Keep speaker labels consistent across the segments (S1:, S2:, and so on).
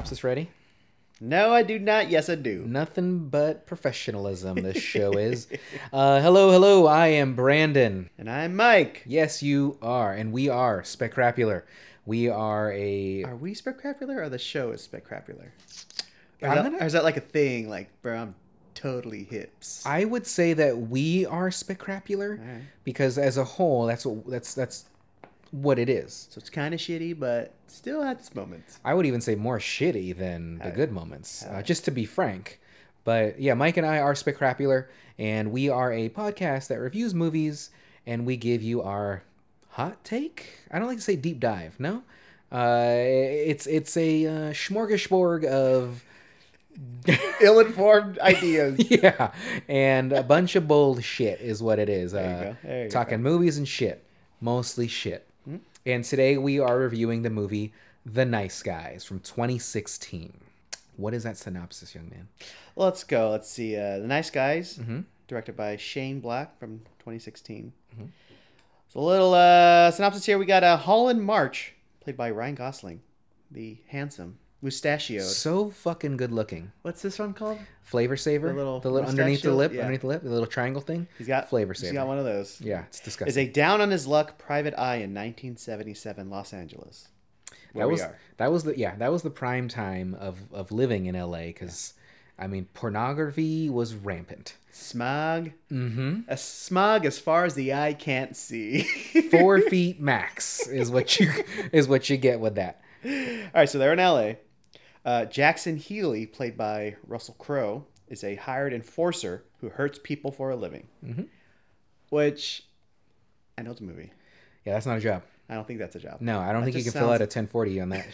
S1: this ready?
S2: No, I do not. Yes, I do.
S1: Nothing but professionalism, this show is. Uh, hello, hello, I am Brandon.
S2: And I'm Mike.
S1: Yes, you are, and we are Specrapular. We are a.
S2: Are we spectacular or the show is spectacular? Or,
S1: I'm
S2: is that-
S1: gonna-
S2: or is that like a thing? Like, bro, I'm totally hips.
S1: I would say that we are Specrapular
S2: All right.
S1: because, as a whole, that's what that's that's what it is.
S2: So it's kind of shitty, but still at this moment.
S1: I would even say more shitty than the
S2: Alright.
S1: good moments, uh,
S2: Alright.
S1: just to be frank. But yeah, Mike and I are Specrapular, and we are a podcast that reviews movies, and we give you our hot take. I don't like to say deep dive. No, uh, it's it's a uh, smorgasbord of
S2: Ill-informed ideas.
S1: yeah, and a bunch of bullshit is what it is.
S2: There you
S1: uh,
S2: go. There you go.
S1: talking movies and shit, mostly shit.
S2: Mhm.
S1: And today we are reviewing the movie The Nice Guys from 2016. What is that synopsis, young man?
S2: Let's go. Let's see. Uh, the Nice Guys,
S1: Mhm.
S2: directed by Shane Black from 2016.
S1: Mhm.
S2: So a little uh, synopsis here. We got uh, Holland March, played by Ryan Gosling, the handsome mustachioed.
S1: So fucking good looking.
S2: What's this one called?
S1: Flavor saver, the
S2: The
S1: little,
S2: little
S1: underneath the
S2: mustachio?
S1: lip,
S2: Yeah.
S1: underneath the lip, the little triangle thing.
S2: He's got
S1: Flavor
S2: He's
S1: saver.
S2: got one of those.
S1: Yeah, it's
S2: Is
S1: disgusting.
S2: a down on his luck private eye in 1977 Los Angeles. Where
S1: that
S2: we
S1: was
S2: are.
S1: that was the yeah that was the prime time of of living in L.A. because, I mean, pornography was rampant.
S2: smog,
S1: Mm-hmm.
S2: a smog as far as the eye can't see.
S1: four feet max is what you is what you get with that.
S2: All right, so they're in LA. Uh, Jackson Healy, played by Russell Crowe, is a hired enforcer who hurts people for a living.
S1: Mhm.
S2: Which I know it's a movie.
S1: Yeah, that's not a job.
S2: I don't think that's a job.
S1: No, I don't think you can
S2: just
S1: fill out
S2: sounds-
S1: a 1040 on that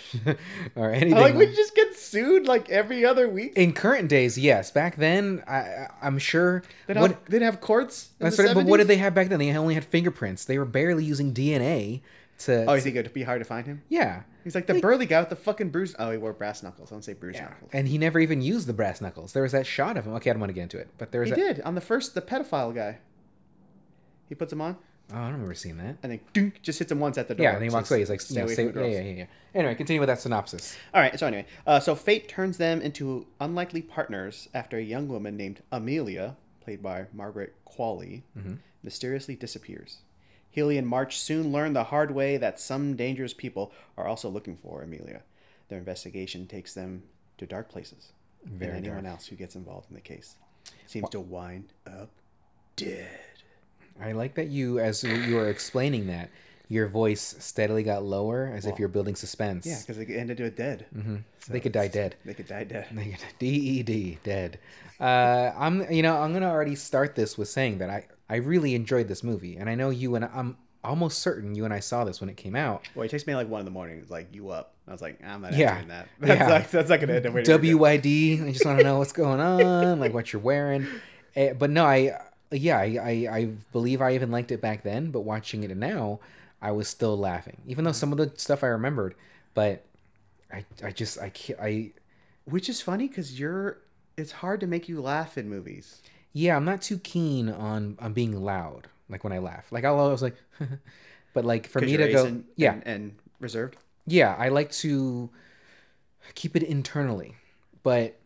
S1: or
S2: I like we
S1: anything.
S2: just get sued like every other week.
S1: In current days, yes. Back then, I, I I'm sure.
S2: They
S1: what-
S2: don't have, they didn't have courts. In
S1: that's
S2: the
S1: what- but what
S2: 70s?
S1: did they have back then? They only had fingerprints. They were barely using DNA to.
S2: Oh, you think it would be hard to find him?
S1: yeah.
S2: He's like the
S1: Like-
S2: burly guy with the fucking bruise. Oh, he wore brass knuckles. Don't say bruise knuckles.
S1: And he never even used the brass knuckles. There was that shot of him. Okay, I don't want to get into it, but there was
S2: He
S1: that.
S2: did on the first, the pedophile guy. He puts him on
S1: Oh, I don't remember seeing that.
S2: and then dunk, just hits him once at the door.
S1: Yeah, and he
S2: It
S1: walks
S2: says,
S1: away. He's like,
S2: "Stay
S1: you know,
S2: away
S1: stay-
S2: from the girls."
S1: yeah, yeah, yeah. Anyway, continue with that synopsis.
S2: All right. So anyway, uh, so fate turns them into unlikely partners after a young woman named Amelia, played by Margaret Qualley,
S1: Mhm.
S2: mysteriously disappears. Healy and March soon learn the hard way that some dangerous people are also looking for Amelia. Their investigation takes them to dark places,
S1: Very
S2: and anyone else who gets involved in the case seems to wind up dead.
S1: I like that you, as you were explaining that, your voice steadily got lower, as if
S2: Well,
S1: you're building suspense.
S2: Yeah, because they ended up dead.
S1: hmm
S2: So
S1: they could die dead.
S2: They could die dead.
S1: They could D E D dead. Uh, I'm, you know, I'm gonna already start this with saying that I, I really enjoyed this movie, and I know you and I'm almost certain you and I saw this when it came out.
S2: Well, it takes me like one in the morning. It's like you up. I was like, I'm not
S1: Yeah.
S2: answering that. That's,
S1: Yeah.
S2: not, that's not gonna end up. waiting for you.
S1: WYD. I just want to know what's going on, like what you're wearing. Eh, but no, I yeah, I, I I believe I even liked it back then, but watching it now, I was still laughing, even though some of the stuff I remembered. But I I just I can't, I
S2: Which is funny because you're. It's hard to make you laugh in movies.
S1: yeah, I'm not too keen on on being loud, like when I laugh. Like I'll always like, but like for
S2: 'Cause
S1: me
S2: you're
S1: to go,
S2: ace and,
S1: yeah,
S2: and, and reserved.
S1: yeah i like to keep it internally but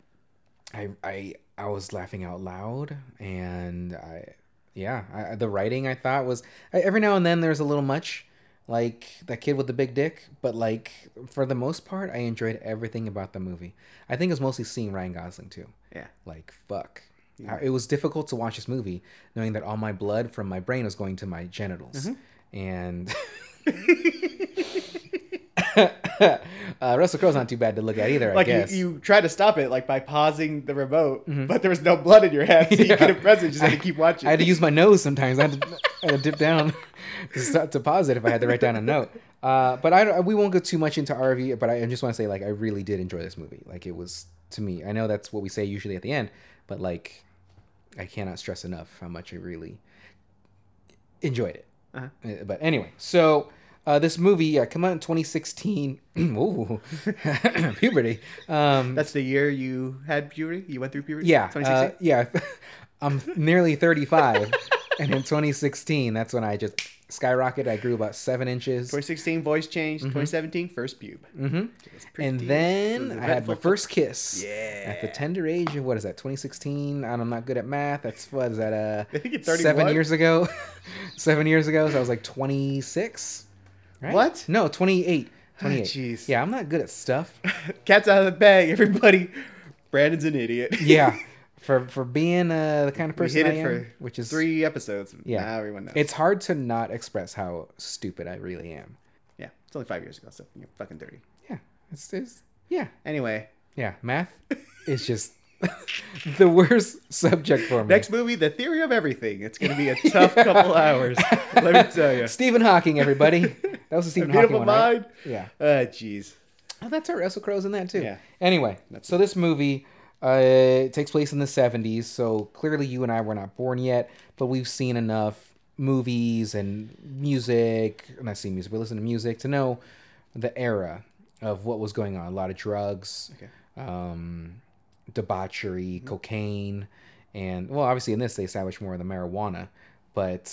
S1: i i i was laughing out loud and i yeah I, the writing i thought was I, every now and then there's a little much like that kid with the big dick but like for the most part i enjoyed everything about the movie i think it was mostly seeing ryan gosling too
S2: Yeah.
S1: like fuck
S2: Yeah.
S1: I- it was difficult to watch this movie knowing that all my blood from my brain was going to my genitals
S2: Mhm.
S1: and uh, Russell Crowe's not too bad to look at either,
S2: like
S1: I guess.
S2: you, you try to stop it like by pausing the remote,
S1: Mhm.
S2: but there was no blood in your hand, so
S1: Yeah.
S2: you couldn't press it. You just had
S1: I-
S2: to keep watching.
S1: I had to use my nose sometimes. I had to, I had to dip down to, stop, to pause it if I had to write down a note. Uh, but I, don't- we won't go too much into our review. But I just want to say, like, I really did enjoy this movie. Like, it was to me. I know that's what we say usually at the end, but like, I cannot stress enough how much I really enjoyed it.
S2: Uh-huh.
S1: Uh, But anyway, so uh, this movie yeah, come out in 2016. Ooh, puberty. Um,
S2: That's the year you had puberty. You went through puberty.
S1: yeah, uh,
S2: 2016?
S1: yeah. I'm nearly 35, and in 2016, that's when I just skyrocket. I grew about seven inches.
S2: 2016 voice change. 2017 first pube.
S1: hmm
S2: It was
S1: Mm-hmm. And
S2: pretty
S1: then I had my
S2: regretful.
S1: first kiss. At the
S2: Yeah.
S1: tender age of what is that? 2016. And I'm not good at math. That's what is that?
S2: I
S1: Uh,
S2: think it's 31.
S1: seven years ago. seven years ago. So I was like 26. right?
S2: What? Ah,
S1: No, 28. 28.
S2: jeez.
S1: yeah, I'm not good at stuff.
S2: Cat's out of the bag, everybody. Brandon's an idiot.
S1: Yeah, for for being uh, the kind of
S2: We
S1: person
S2: hit
S1: I
S2: it
S1: am,
S2: for
S1: which is
S2: Three episodes.
S1: Yeah.
S2: Now everyone knows.
S1: It's hard to not express how stupid I really am.
S2: yeah. It's only five years ago, so you're fucking 30.
S1: Yeah, it's, it's yeah,
S2: Anyway,
S1: yeah. Math is just the worst subject for me.
S2: next movie, The Theory of Everything. It's going to be a tough couple hours. Let me tell you.
S1: Stephen Hawking, everybody. That was a
S2: A
S1: Stephen Hawking
S2: beautiful
S1: one, right?
S2: mind.
S1: Yeah.
S2: Uh, jeez.
S1: Oh, that's right. Russell Crowe's in that too.
S2: Yeah.
S1: Anyway, so this movie uh, takes place in the '70s, so clearly you and I were not born yet, but we've seen enough movies and music, not see music, but listen to music to know the era of what was going on. A lot of drugs,
S2: Okay. Mm-hmm.
S1: um, debauchery, cocaine, and well, obviously in this they establish more of the marijuana, but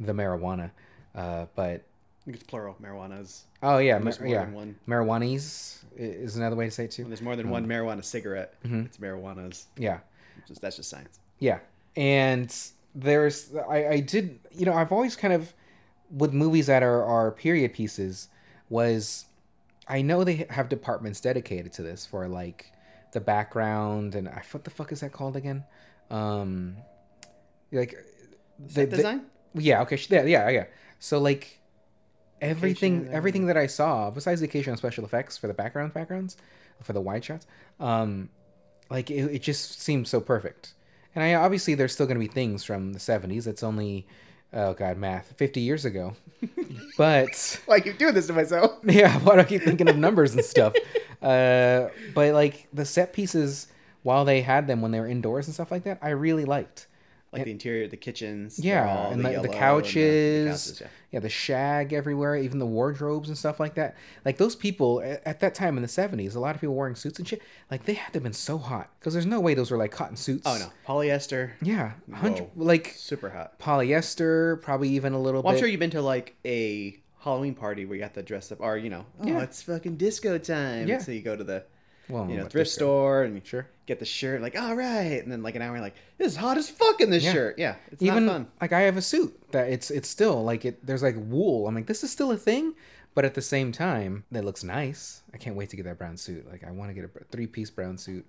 S1: the marijuana, uh, but
S2: I think it's plural. Marijuana's.
S1: oh yeah,
S2: There's
S1: mar-
S2: more
S1: yeah, Um,
S2: than one.
S1: marijuanis i- is another way to say it too.
S2: When there's more than one marijuana cigarette,
S1: mm-hmm.
S2: it's marijuana's.
S1: Yeah.
S2: Just, that's just science.
S1: Yeah. And there's I, I did you know, I've always kind of with movies that are, are period pieces was I know they have departments dedicated to this for like the background and I what the fuck is that called again? Um like
S2: Set design?
S1: yeah, okay, sh- yeah, yeah, yeah. So like everything,
S2: Location and-
S1: everything that I saw, besides the occasional special effects for the background backgrounds, for the wide shots, um, like it, it just seemed so perfect. And I obviously there's still gonna be things from the '70s. It's only, oh god, math, 50 years ago, but
S2: Why I keep doing this to myself?
S1: yeah, why do I keep thinking of numbers and stuff? Uh, but like the set pieces, while they had them when they were indoors and stuff like that, I really liked.
S2: Like the interior, the kitchens. they're
S1: Yeah,
S2: all
S1: and the, the,
S2: yellow and
S1: couches,
S2: yeah.
S1: yeah. the shag everywhere, even the wardrobes and stuff like that. Like those people at, at that time in the seventies, a lot of people wearing suits and shit. Like they had to have been so hot because there's no way those were like cotton suits.
S2: Oh, no. Polyester.
S1: yeah, a hundred
S2: Whoa.
S1: like
S2: Super hot.
S1: polyester, probably even a little
S2: Well, I'm
S1: bit.
S2: sure you've been to like a Halloween party where you have to dress up, or you know, oh,
S1: Yeah.
S2: it's fucking disco time.
S1: Yeah.
S2: So you go to the
S1: well,
S2: you know
S1: what
S2: thrift
S1: this-
S2: store and you
S1: Sure.
S2: get the shirt, like all right, and then like an hour, you're like this is hot as fuck in this
S1: Yeah.
S2: shirt. Yeah, it's
S1: even
S2: not fun.
S1: like I have a suit that it's it's still like it. There's like wool. I'm like this is still a thing, but at the same time, that looks nice. I can't wait to get that brown suit. Like I want to get a three piece brown suit.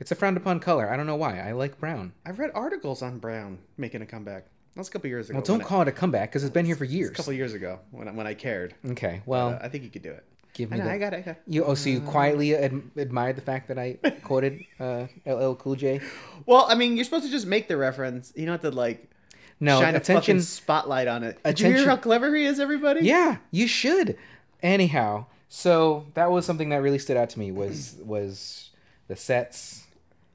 S1: It's a frowned upon color. I don't know why. I like brown.
S2: I've read articles on brown making a comeback. That was a couple years ago.
S1: Well, don't
S2: when I-
S1: call it a comeback because it's been here for
S2: it was
S1: years.
S2: A couple years ago when I, when I cared.
S1: Okay,
S2: Well,
S1: well,
S2: I think you could do it.
S1: give
S2: uh, I,
S1: me
S2: know,
S1: that.
S2: I got Mm. it. I got it.
S1: You oh, so you quietly ad- admired the fact that I quoted uh, LL Cool J.
S2: Well, I mean, you're supposed to just make the reference. You don't have to like
S1: No
S2: shine a fucking
S1: attention.
S2: spotlight on it. Did you hear
S1: attention-
S2: how clever he is, everybody?
S1: Yeah, you should. Anyhow, so that was something that really stood out to me was was the sets,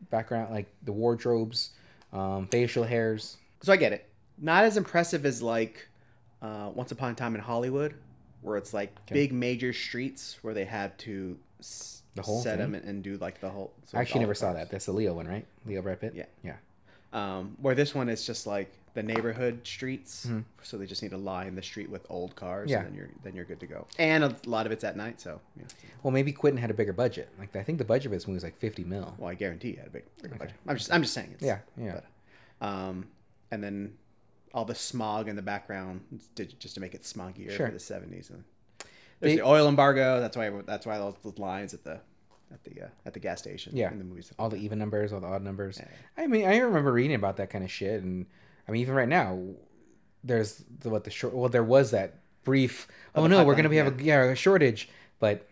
S1: background, like the wardrobes, um, facial hairs.
S2: So I get it. Not as impressive as like uh, Once Upon a Time in Hollywood, where it's like big major streets where they had to s-
S1: The whole
S2: set
S1: thing?
S2: them and do like the whole. so
S1: I
S2: it's
S1: actually
S2: all
S1: never
S2: the
S1: saw
S2: cars.
S1: that. That's the Leo one, right? Leo Brad Pitt.
S2: Yeah.
S1: yeah.
S2: Um, where this one is just like the neighborhood streets, so they just need to line the street with old cars,
S1: Mm-hmm. Yeah.
S2: and then you're then you're good to go. And a lot of it's at night, so yeah.
S1: Well, maybe Quentin had a bigger budget. Like I think the budget of this movie was like fifty mil.
S2: well, I guarantee you had a big, bigger budget. I'm just I'm just saying it's
S1: Yeah, yeah.
S2: But, um, and then all the smog in the background did, just to make it smoggier
S1: Sure.
S2: for the seventies. And there's
S1: They-
S2: the oil embargo. That's why that's why all those lines at the at the uh, at the gas station.
S1: Yeah.
S2: in the movies.
S1: all the even numbers, all the odd numbers.
S2: Yeah.
S1: I mean, I remember reading about that kind of shit, and I mean, even right now, there's the, what the short. Well, there was that brief. Oh,
S2: the
S1: no, we're
S2: pipeline,
S1: gonna be have a yeah a shortage, but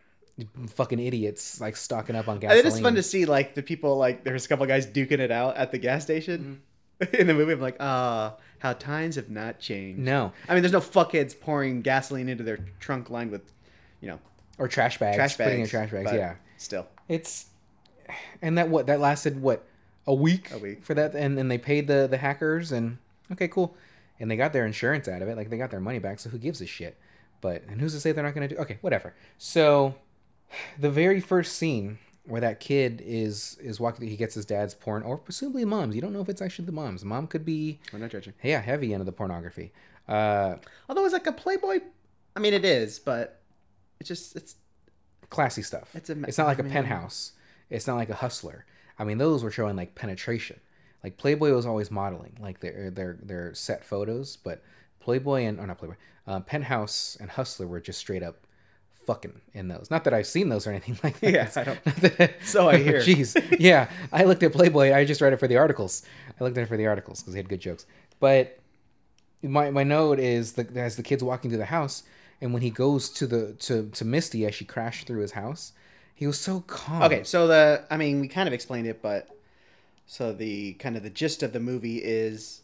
S1: fucking idiots like stocking up on
S2: I
S1: gasoline.
S2: think it's fun to see like the people like there's a couple guys duking it out at the gas station in the movie. I'm like, ah, how times have not changed.
S1: no
S2: I mean, there's Mm-hmm. no fuckheads pouring gasoline into their trunk lined with, you know,
S1: or trash bags.
S2: trash bags.
S1: Putting in trash bags.
S2: but
S1: Yeah,
S2: still.
S1: it's and that what that lasted what a week
S2: A week.
S1: for that, and then they paid the the hackers, and okay, cool, and they got their insurance out of it. Like they got their money back, so who gives a shit? But and who's to say they're not gonna do? Okay, whatever. So the very first scene where that kid is is walking he gets his dad's porn or presumably mom's you don't know if it's actually the mom's mom could be
S2: We're not judging.
S1: yeah heavy into the pornography Uh,
S2: Although it's like a Playboy. I mean, it is, but it's just it's
S1: classy stuff.
S2: It's a me-
S1: it's not like a
S2: I mean-
S1: penthouse. It's not like a hustler. I mean, those were showing like penetration. Like Playboy was always modeling, like their their their set photos, but Playboy and or not Playboy, uh, Penthouse and Hustler were just straight up fucking in those. Not that I've seen those or anything like that.
S2: Yeah, I don't-
S1: Not that-
S2: So I hear.
S1: Jeez, yeah. I looked at Playboy. I just read it for the articles. I looked at it for the articles because they had good jokes. But my my note is the, as the kid's walking through the house, and when he goes to the to to Misty as she crashed through his house, he was so calm.
S2: Okay, so the I mean we kind of explained it, but so the kind of the gist of the movie is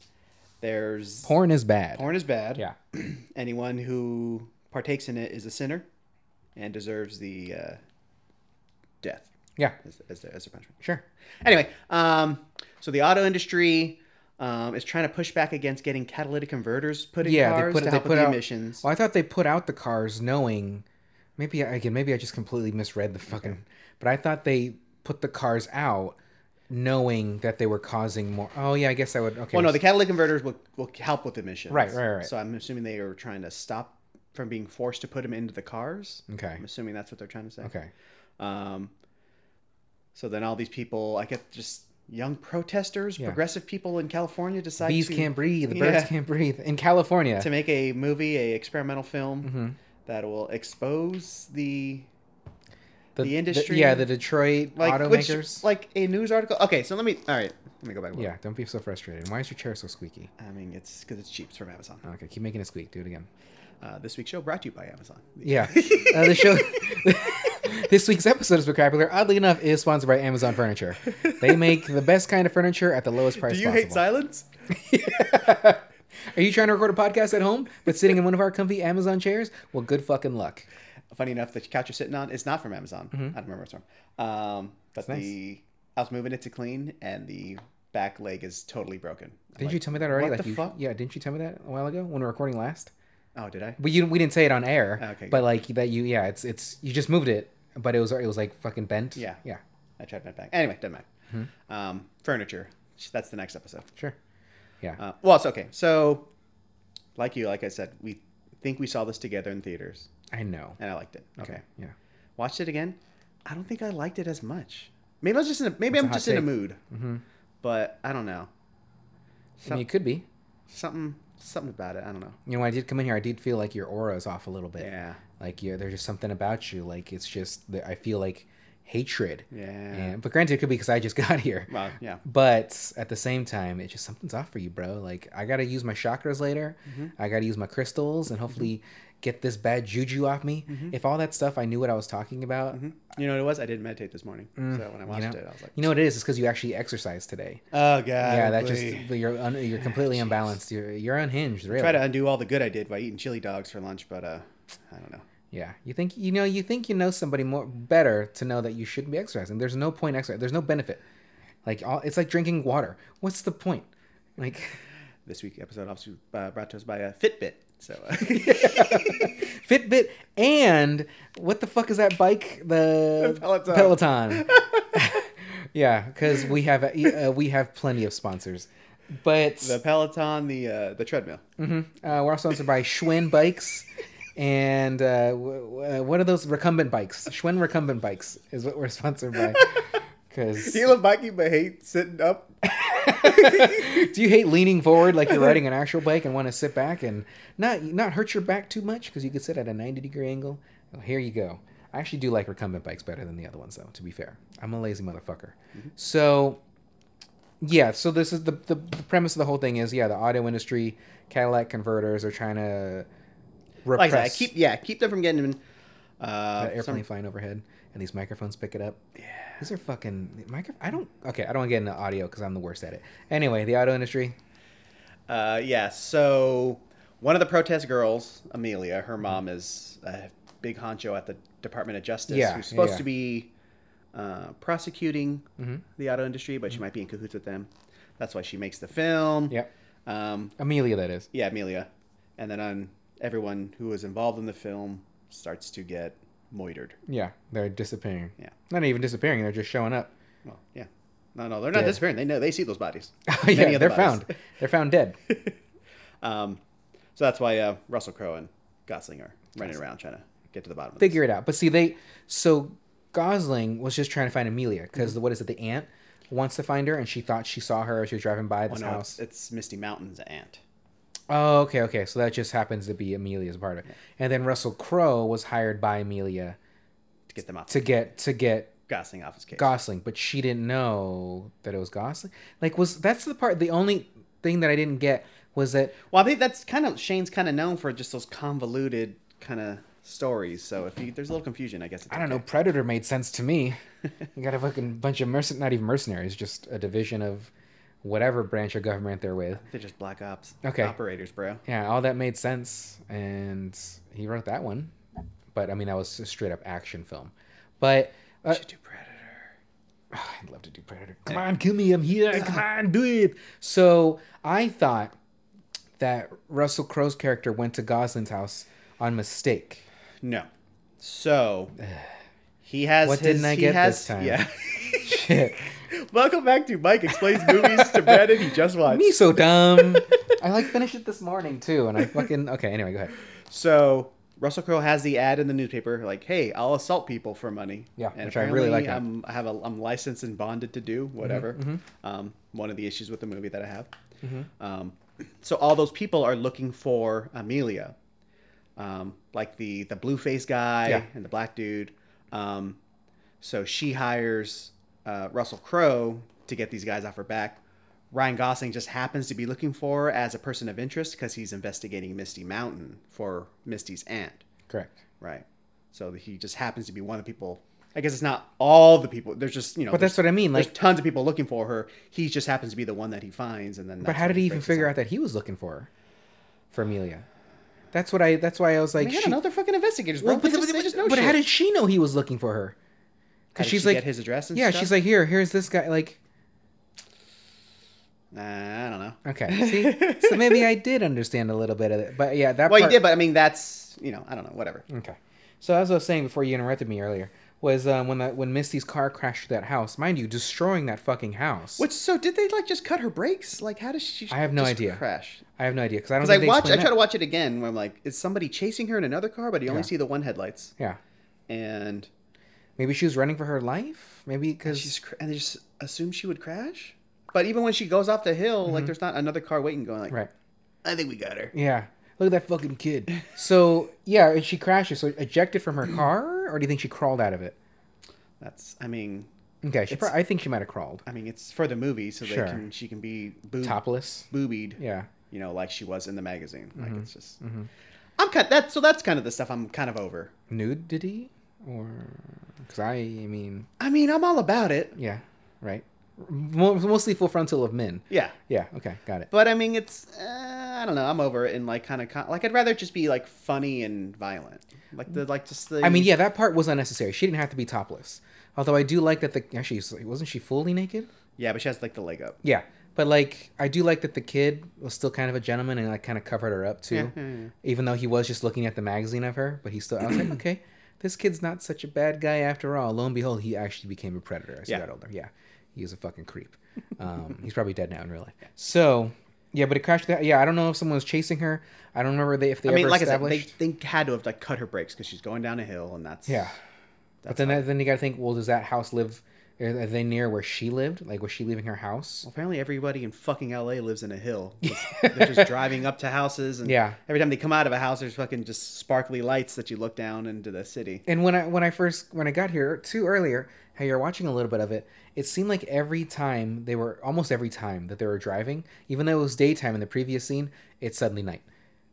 S2: there's
S1: porn is bad.
S2: porn is bad.
S1: Yeah,
S2: Anyone who partakes in it is a sinner, and deserves the uh, death
S1: yeah,
S2: as as their, as their punishment.
S1: sure.
S2: Anyway, um, so the auto industry um, is trying to push back against getting catalytic converters put in
S1: Yeah, they
S2: cars
S1: put-
S2: to
S1: they
S2: help
S1: put
S2: with the
S1: out-
S2: emissions.
S1: Well, I thought they put out the cars knowing. Maybe I- again, maybe I just completely misread the fucking. But I thought they put the cars out knowing that they were causing more. Oh yeah, I guess I would. Okay.
S2: Well, no, the catalytic converters will, will help with emissions.
S1: Right, right, right.
S2: So I'm assuming they are trying to stop from being forced to put them into the cars.
S1: okay.
S2: I'm assuming that's what they're trying to say.
S1: Okay.
S2: Um, so then all these people, I get just young protesters,
S1: Yeah.
S2: progressive people in California decide
S1: Bees
S2: to,
S1: can't breathe. The
S2: Yeah.
S1: birds can't breathe in California.
S2: to make a movie, a experimental film
S1: hmm
S2: that will expose the the industry-
S1: yeah, the Detroit
S2: like which-
S1: automakers.
S2: like a news article. Okay, so let me. All right, let me go back. a little.
S1: yeah, don't be so frustrated. Why is your chair so squeaky?
S2: I mean it's because it's cheap. It's from Amazon.
S1: Okay, keep making it squeak. Do it again.
S2: Uh, this week's show brought to you by Amazon.
S1: Uh-huh. Yeah. Uh, the show. this week's episode of Spectacular, oddly enough, is sponsored by Amazon Furniture. They make the best kind of furniture at the lowest price
S2: Do you hate
S1: possible.
S2: silence?
S1: Are you trying to record a podcast at home, but sitting in one of our comfy Amazon chairs? Well, good fucking luck.
S2: Funny enough, the couch you're sitting on is not from Amazon. I don't remember where it's from. Um, but
S1: Mm-hmm. nice.
S2: the I was moving it to clean, and the back leg is totally broken. I'm
S1: Didn't
S2: like,
S1: you tell me that already?
S2: what
S1: like
S2: the
S1: you,
S2: fuck?
S1: yeah, didn't you tell me that a while ago when we were recording last?
S2: Oh, did I?
S1: But you we didn't say it on air.
S2: Ah, Okay,
S1: But like that you yeah, it's it's you just moved it, but it was it was like fucking bent.
S2: Yeah.
S1: Yeah.
S2: I tried my back. Anyway, doesn't matter.
S1: Mm-hmm.
S2: Um, furniture. That's the next episode.
S1: Sure. Yeah.
S2: Uh, well, it's okay. So, like you, like I said, we think we saw this together in theaters,
S1: I know.
S2: and I liked it. Okay.
S1: Yeah.
S2: Watched it again. I don't think I liked it as much. Maybe I was just in a, maybe
S1: That's a
S2: I'm
S1: hot
S2: just in a
S1: take.
S2: mood,
S1: Mhm.
S2: but I don't know.
S1: I
S2: Some,
S1: mean, you could be.
S2: something something about it. I don't know.
S1: You know, when I did come in here, I did feel like your aura is off a little bit.
S2: Yeah.
S1: Like you, there's just something about you. Like it's just that I feel like hatred.
S2: Yeah.
S1: And, but granted, it could be because I just got here.
S2: Well, yeah.
S1: But at the same time, it's just something's off for you, bro. Like I gotta use my chakras later.
S2: Uh,
S1: I gotta use my crystals and hopefully get this bad juju off me.
S2: Mm-hmm.
S1: If all that stuff I knew what I was talking about,
S2: Mhm. You know what it was? I didn't meditate this morning. so when I
S1: Mm-hmm. Mm. you
S2: watched
S1: know?
S2: it, I was like,
S1: You know what it is? It's because you actually exercised today.
S2: oh god.
S1: yeah, that just
S2: please."
S1: you're un, you're completely unbalanced. You're you're unhinged, really.
S2: try to undo all the good I did by eating chili dogs for lunch, but uh, I don't know.
S1: Yeah, you think you know you think you know somebody more better to know that you shouldn't be exercising. There's no point exercising. There's no benefit. Like all, it's like drinking water. What's the point? Like
S2: This week episode obviously uh, brought to us by uh, Fitbit. So uh,
S1: Fitbit and what the fuck is that bike? The
S2: The Peloton.
S1: Peloton. yeah, because we have uh, we have plenty of sponsors, but
S2: the Peloton, the uh, the treadmill.
S1: hmm Uh, we're also sponsored by Schwinn Bikes. And uh, w- w- uh, what are those recumbent bikes? Schwinn recumbent bikes is what we're sponsored by. Because
S2: Do you love biking but hate sitting up?
S1: do you hate leaning forward like you're riding an actual bike and want to sit back and not not hurt your back too much because you could sit at a 90 degree angle? Well, here you go. I actually do like recumbent bikes better than the other ones though. To be fair, I'm a lazy motherfucker.
S2: Mm-hmm.
S1: So yeah so this is the, the the premise of the whole thing is yeah the auto industry cadillac converters are trying to repress
S2: Like that. Keep yeah, keep them from getting in.
S1: that
S2: Uh,
S1: airplane
S2: some-
S1: flying overhead and these microphones pick it up yeah these are fucking micro i don't okay i don't want to get into audio because i'm the worst at it anyway the auto industry
S2: uh, yeah. So one of the protest girls, Amelia,
S1: Mm-hmm.
S2: her mom is a big honcho at the Department of Justice,
S1: Yeah,
S2: who's supposed
S1: yeah.
S2: to be uh, prosecuting
S1: Mhm.
S2: the auto industry, but she might be in cahoots with them. That's why she makes the film.
S1: yep
S2: Um,
S1: amelia that is
S2: yeah, Amelia, and then on everyone who was involved in the film starts to get moitered.
S1: yeah they're disappearing
S2: Yeah.
S1: not even disappearing they're just showing up
S2: Well, yeah. No, no, they're not
S1: Dead.
S2: disappearing. They know they see those bodies.
S1: yeah
S2: other
S1: they're
S2: bodies.
S1: found they're found dead
S2: Um, So that's why uh, Russell Crowe and Gosling are running around trying to get to the bottom of
S1: figure it out. But see, they so Gosling was just trying to find Amelia because what is it? The aunt wants to find her, and she thought she saw her as she was driving by
S2: this.
S1: this
S2: Oh, no, it's,
S1: house.
S2: it's Misty Mountain's aunt.
S1: Oh, okay, okay. So that just happens to be Amelia's part of it. And then Russell Crowe was hired by Amelia
S2: to get them off
S1: to get to get
S2: Gosling off his case.
S1: Gosling, but she didn't know that it was Gosling. Like, was that's the part? The only thing that I didn't get was that
S2: well, I think that's kind of Shane's kind of known for just those convoluted kind of stories. So if you, there's a little confusion, I guess. It's
S1: I don't know.
S2: okay.
S1: Predator made sense to me. you got a fucking bunch of mercen not even mercenaries, just a division of whatever branch of government they're with.
S2: They're just black ops.
S1: Okay.
S2: Operators, bro.
S1: Yeah, all that made sense, and he wrote that one. But I mean, that was a straight up action film. But uh,
S2: Should do Predator.
S1: I'd love to do Predator. Come on, kill me. I'm here. Come on, do it. So I thought that Russell Crowe's character went to Gosling's house on mistake.
S2: No. So he has.
S1: What
S2: his,
S1: didn't I
S2: he
S1: get this
S2: has,
S1: time?
S2: Yeah.
S1: Shit.
S2: Welcome back to Mike explains movies to Brandon. He just watched.
S1: Me so dumb. I like finished it this morning too, and I fucking okay. Anyway, go ahead.
S2: So Russell Crowe has the ad in the newspaper, like, "Hey, I'll assault people for money."
S1: Yeah,
S2: and
S1: which I really like Mm-hmm,
S2: apparently I'm, I have a, I'm licensed and bonded to do whatever. Um, one of the issues with the movie that I have.
S1: Mm-hmm.
S2: Um, so all those people are looking for Amelia, um, like the the blue face guy
S1: Yeah.
S2: and the black dude. Um, so she hires uh, Russell Crowe to get these guys off her back. Ryan Gosling just happens to be looking for her as a person of interest because he's investigating Misty Mountain for Misty's aunt,
S1: Correct.
S2: right? So he just happens to be one of the people. I guess it's not all the people. There's just you know,
S1: But that's
S2: there's-
S1: what I mean.
S2: there's
S1: Like,
S2: tons of people looking for her. He just happens to be the one that he finds, and then.
S1: but how did he even figure out that he was looking for her, for Amelia? That's what I. That's why I was like,
S2: They had
S1: she-
S2: another fucking investigators, bro.
S1: Well, but,
S2: they just,
S1: but-
S2: they just know
S1: but
S2: shit.
S1: how did she know he was looking for her?
S2: How
S1: Because
S2: did
S1: she's
S2: she
S1: like,
S2: get his address and
S1: yeah,
S2: stuff?
S1: she's like, here, here's this guy. Like,
S2: Nah, I don't know.
S1: okay, see, so maybe I did understand a little bit of it, but yeah, that.
S2: Well,
S1: part,
S2: he did, but I mean, that's you know, I don't know, whatever.
S1: Okay. So as I was saying before you interrupted me earlier, was um, when that when Misty's car crashed through that house, mind you, destroying that fucking house.
S2: Which so did they like just cut her brakes? Like, how does she?
S1: I have no
S2: just
S1: idea.
S2: Crash.
S1: I have no idea because I don't.
S2: Because
S1: Think
S2: I
S1: they
S2: watch, I
S1: explain
S2: try to
S1: that.
S2: watch it again when I'm like, is somebody chasing her in another car? But you only
S1: Yeah.
S2: see the one headlights,
S1: Yeah.
S2: and
S1: Maybe she was running for her life. Maybe
S2: she's
S1: because
S2: cr- and they just assume she would crash. But even when she goes off the hill, like there's not another car waiting. Going like,
S1: Mm-hmm. right.
S2: I think we got her.
S1: Yeah. Look at that fucking kid. So yeah, and she crashes. So ejected from her car, or do you think she crawled out of it?
S2: That's, I mean,
S1: Okay, she.
S2: It's-
S1: Pro- I think she might have crawled.
S2: I mean, it's for the movie, so they
S1: Sure.
S2: can she can be boob-
S1: Topless.
S2: boobied,
S1: Yeah.
S2: you know, like she was in the magazine.
S1: Mm-hmm.
S2: Like it's just, I'm kind that so that's kind of the stuff I'm kind of over.
S1: Nudity, or because I mean,
S2: I mean, I'm all about it.
S1: yeah, right. Mo- Mostly full frontal of men.
S2: Yeah.
S1: Yeah. Okay. Got it.
S2: But I mean, it's uh, I don't know. I'm over it and like kind of con- like I'd rather it just be like funny and violent, like the like just the.
S1: I mean, yeah, that part was unnecessary. She didn't have to be topless. Although I do like that the actually it's like- wasn't she fully naked?
S2: yeah, but she has like the leg up.
S1: Yeah, but like I do like that the kid was still kind of a gentleman and like kind of covered her up too,
S2: Yeah, yeah, yeah.
S1: even though he was just looking at the magazine of her. But he still, I was like, okay, this kid's not such a bad guy after all. Lo and behold, he actually became a predator as
S2: Yeah.
S1: he got older. Yeah, he was a fucking creep. Um, he's probably dead now in real life. So. Yeah, but it crashed. That, yeah, I don't know if someone was chasing her. I don't remember they, if they
S2: I
S1: ever
S2: mean, like I said,
S1: established.
S2: they, they had to have like cut her brakes because she's going down a hill and that's
S1: Yeah. but
S2: That's
S1: then, that, then you got to think, well, does that house live? Are are they near where she lived? Like, was she leaving her house?
S2: Apparently, everybody in fucking LA lives in a hill. they're just driving up to houses and
S1: Yeah.
S2: Every time they come out of a house, there's fucking just sparkly lights that you look down into the city.
S1: And when I when I first when I got here too earlier, how you're watching a little bit of it, it seemed like every time they were almost every time that they were driving, even though it was daytime in the previous scene, it's suddenly night.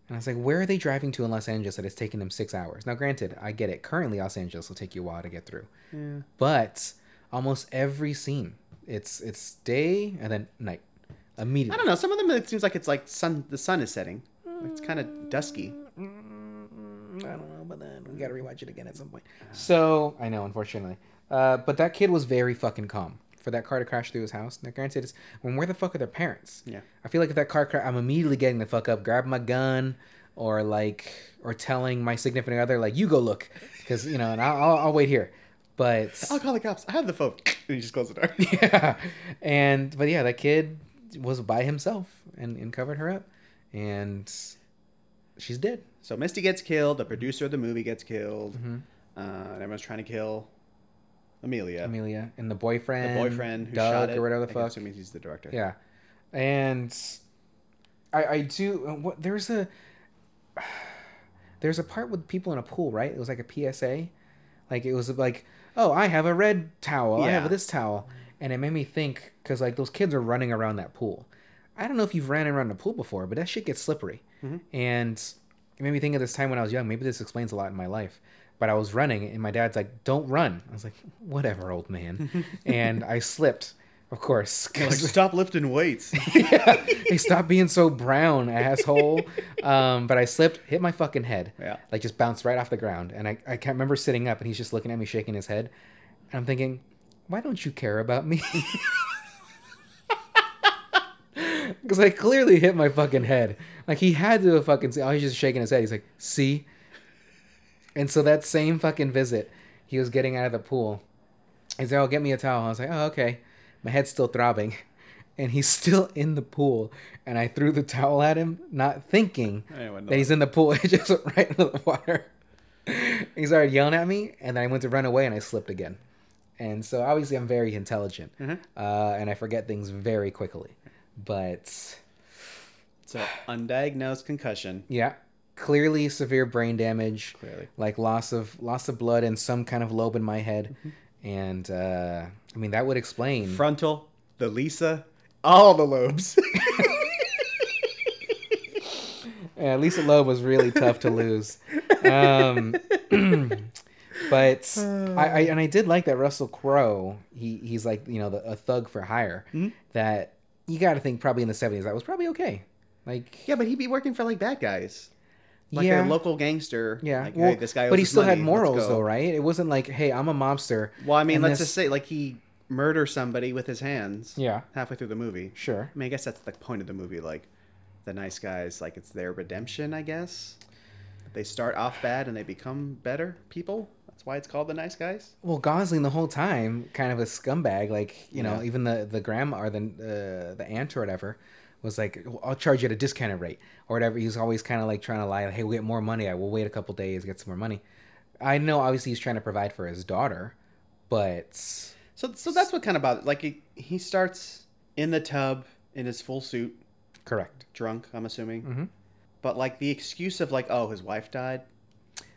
S1: And I was like, where are they driving to in Los Angeles that it's taking them six hours? Now, granted, I get it. Currently, Los Angeles will take you a while to get through,
S2: Yeah.
S1: but almost every scene, it's it's day and then night, immediately.
S2: I don't know. Some of them, it seems like it's like sun. The sun is setting. It's kind of dusky.
S1: Mm, I don't know, but then we gotta rewatch it again at some point. So Uh-huh. I know, unfortunately, uh, but that kid was very fucking calm for that car to crash through his house. Now, granted, it's when where the fuck are their parents?
S2: Yeah.
S1: I feel like if that car crash, I'm immediately getting the fuck up, grab my gun, or like, or telling my significant other like, you go look, because you know, and I'll, I'll, I'll wait here. But
S2: I'll call the cops. I have the phone. And you just close the door.
S1: yeah, and but yeah, that kid was by himself and, and covered her up, and she's dead.
S2: So Misty gets killed. The producer of the movie gets killed.
S1: hmm
S2: Uh, and everyone's trying to kill Amelia,
S1: Amelia and the
S2: the
S1: boyfriend,
S2: boyfriend who
S1: Doug
S2: shot it.
S1: or whatever the
S2: I guess
S1: fuck.
S2: Assuming he's the director.
S1: Yeah, and I I do uh, what there's a there's a part with people in a pool, right? It was like a PSA, like it was like, oh, I have a red towel, I
S2: Yeah.
S1: have this towel, and it made me think because like those kids are running around that pool. I don't know if you've ran around a pool before, but that shit gets slippery,
S2: Mhm.
S1: and it made me think of this time when I was young. Maybe this explains a lot in my life. But I was running, and my dad's like, "Don't run." I was like, "Whatever, old man," and I slipped, of course.
S2: They're Like,
S1: 'cause-
S2: stop lifting weights.
S1: yeah. Hey, stop being so brown, asshole. Um, but I slipped, hit my fucking head.
S2: Yeah.
S1: Like just bounced right off the ground. And I, I can't remember sitting up and he's just looking at me, shaking his head. And I'm thinking, why don't you care about me? Because I clearly hit my fucking head. Like he had to have fucking see. Oh, he's just shaking his head. He's like, see? And so that same fucking visit, he was getting out of the pool. He's like, oh, get me a towel. I was like, oh, okay. My head's still throbbing. And he's still in the pool. And I threw the towel at him, not thinking
S2: Anyway, no.
S1: that he's in the pool. It just went right into the water. He started yelling at me. And then I went to run away and I slipped again. And so obviously I'm very intelligent.
S2: Mhm.
S1: Uh, and I forget things very quickly. But
S2: So undiagnosed concussion.
S1: yeah, clearly severe brain damage.
S2: Clearly.
S1: like loss of loss of blood and some kind of lobe in my head and uh i mean that would explain
S2: Frontal, the Lisa, all the lobes.
S1: uh, lisa lobe was really tough to lose um but
S2: Uh,
S1: I, I
S2: Mm.
S1: and i did like that russell crowe he he's like you know the, a thug for hire
S2: Mhm.
S1: that you gotta think probably in the 70s that was probably okay like
S2: yeah, but he'd be working for like bad guys. Like
S1: yeah
S2: a local gangster.
S1: yeah
S2: Like,
S1: well,
S2: hey, this guy owes
S1: but he
S2: us
S1: still had
S2: money, let's
S1: morals
S2: go.
S1: though right it wasn't like hey i'm a mobster
S2: Well, I mean,
S1: And
S2: let's
S1: this-
S2: just say like he murders somebody with his hands
S1: yeah
S2: halfway through the movie.
S1: sure
S2: I mean, I guess that's the point of the movie. Like, the nice guys, like it's their redemption, I guess. They start off bad and they become better people. That's why it's called the nice guys.
S1: Well, Gosling the whole time, kind of a scumbag. Like you know,
S2: Yeah.
S1: even the the grandma or the uh, the aunt or whatever was like, "Well, "I'll charge you at a discounted rate" or whatever. He's always kind of like trying to lie. Like, hey, we'll get more money. I will wait a couple days, get some more money. I know, obviously, he's trying to provide for his daughter, but
S2: So, so that's what kind of bothered. Like, he, he starts in the tub in his full suit,
S1: correct.
S2: drunk. I'm assuming.
S1: Mhm.
S2: But like the excuse of like, oh, his wife died.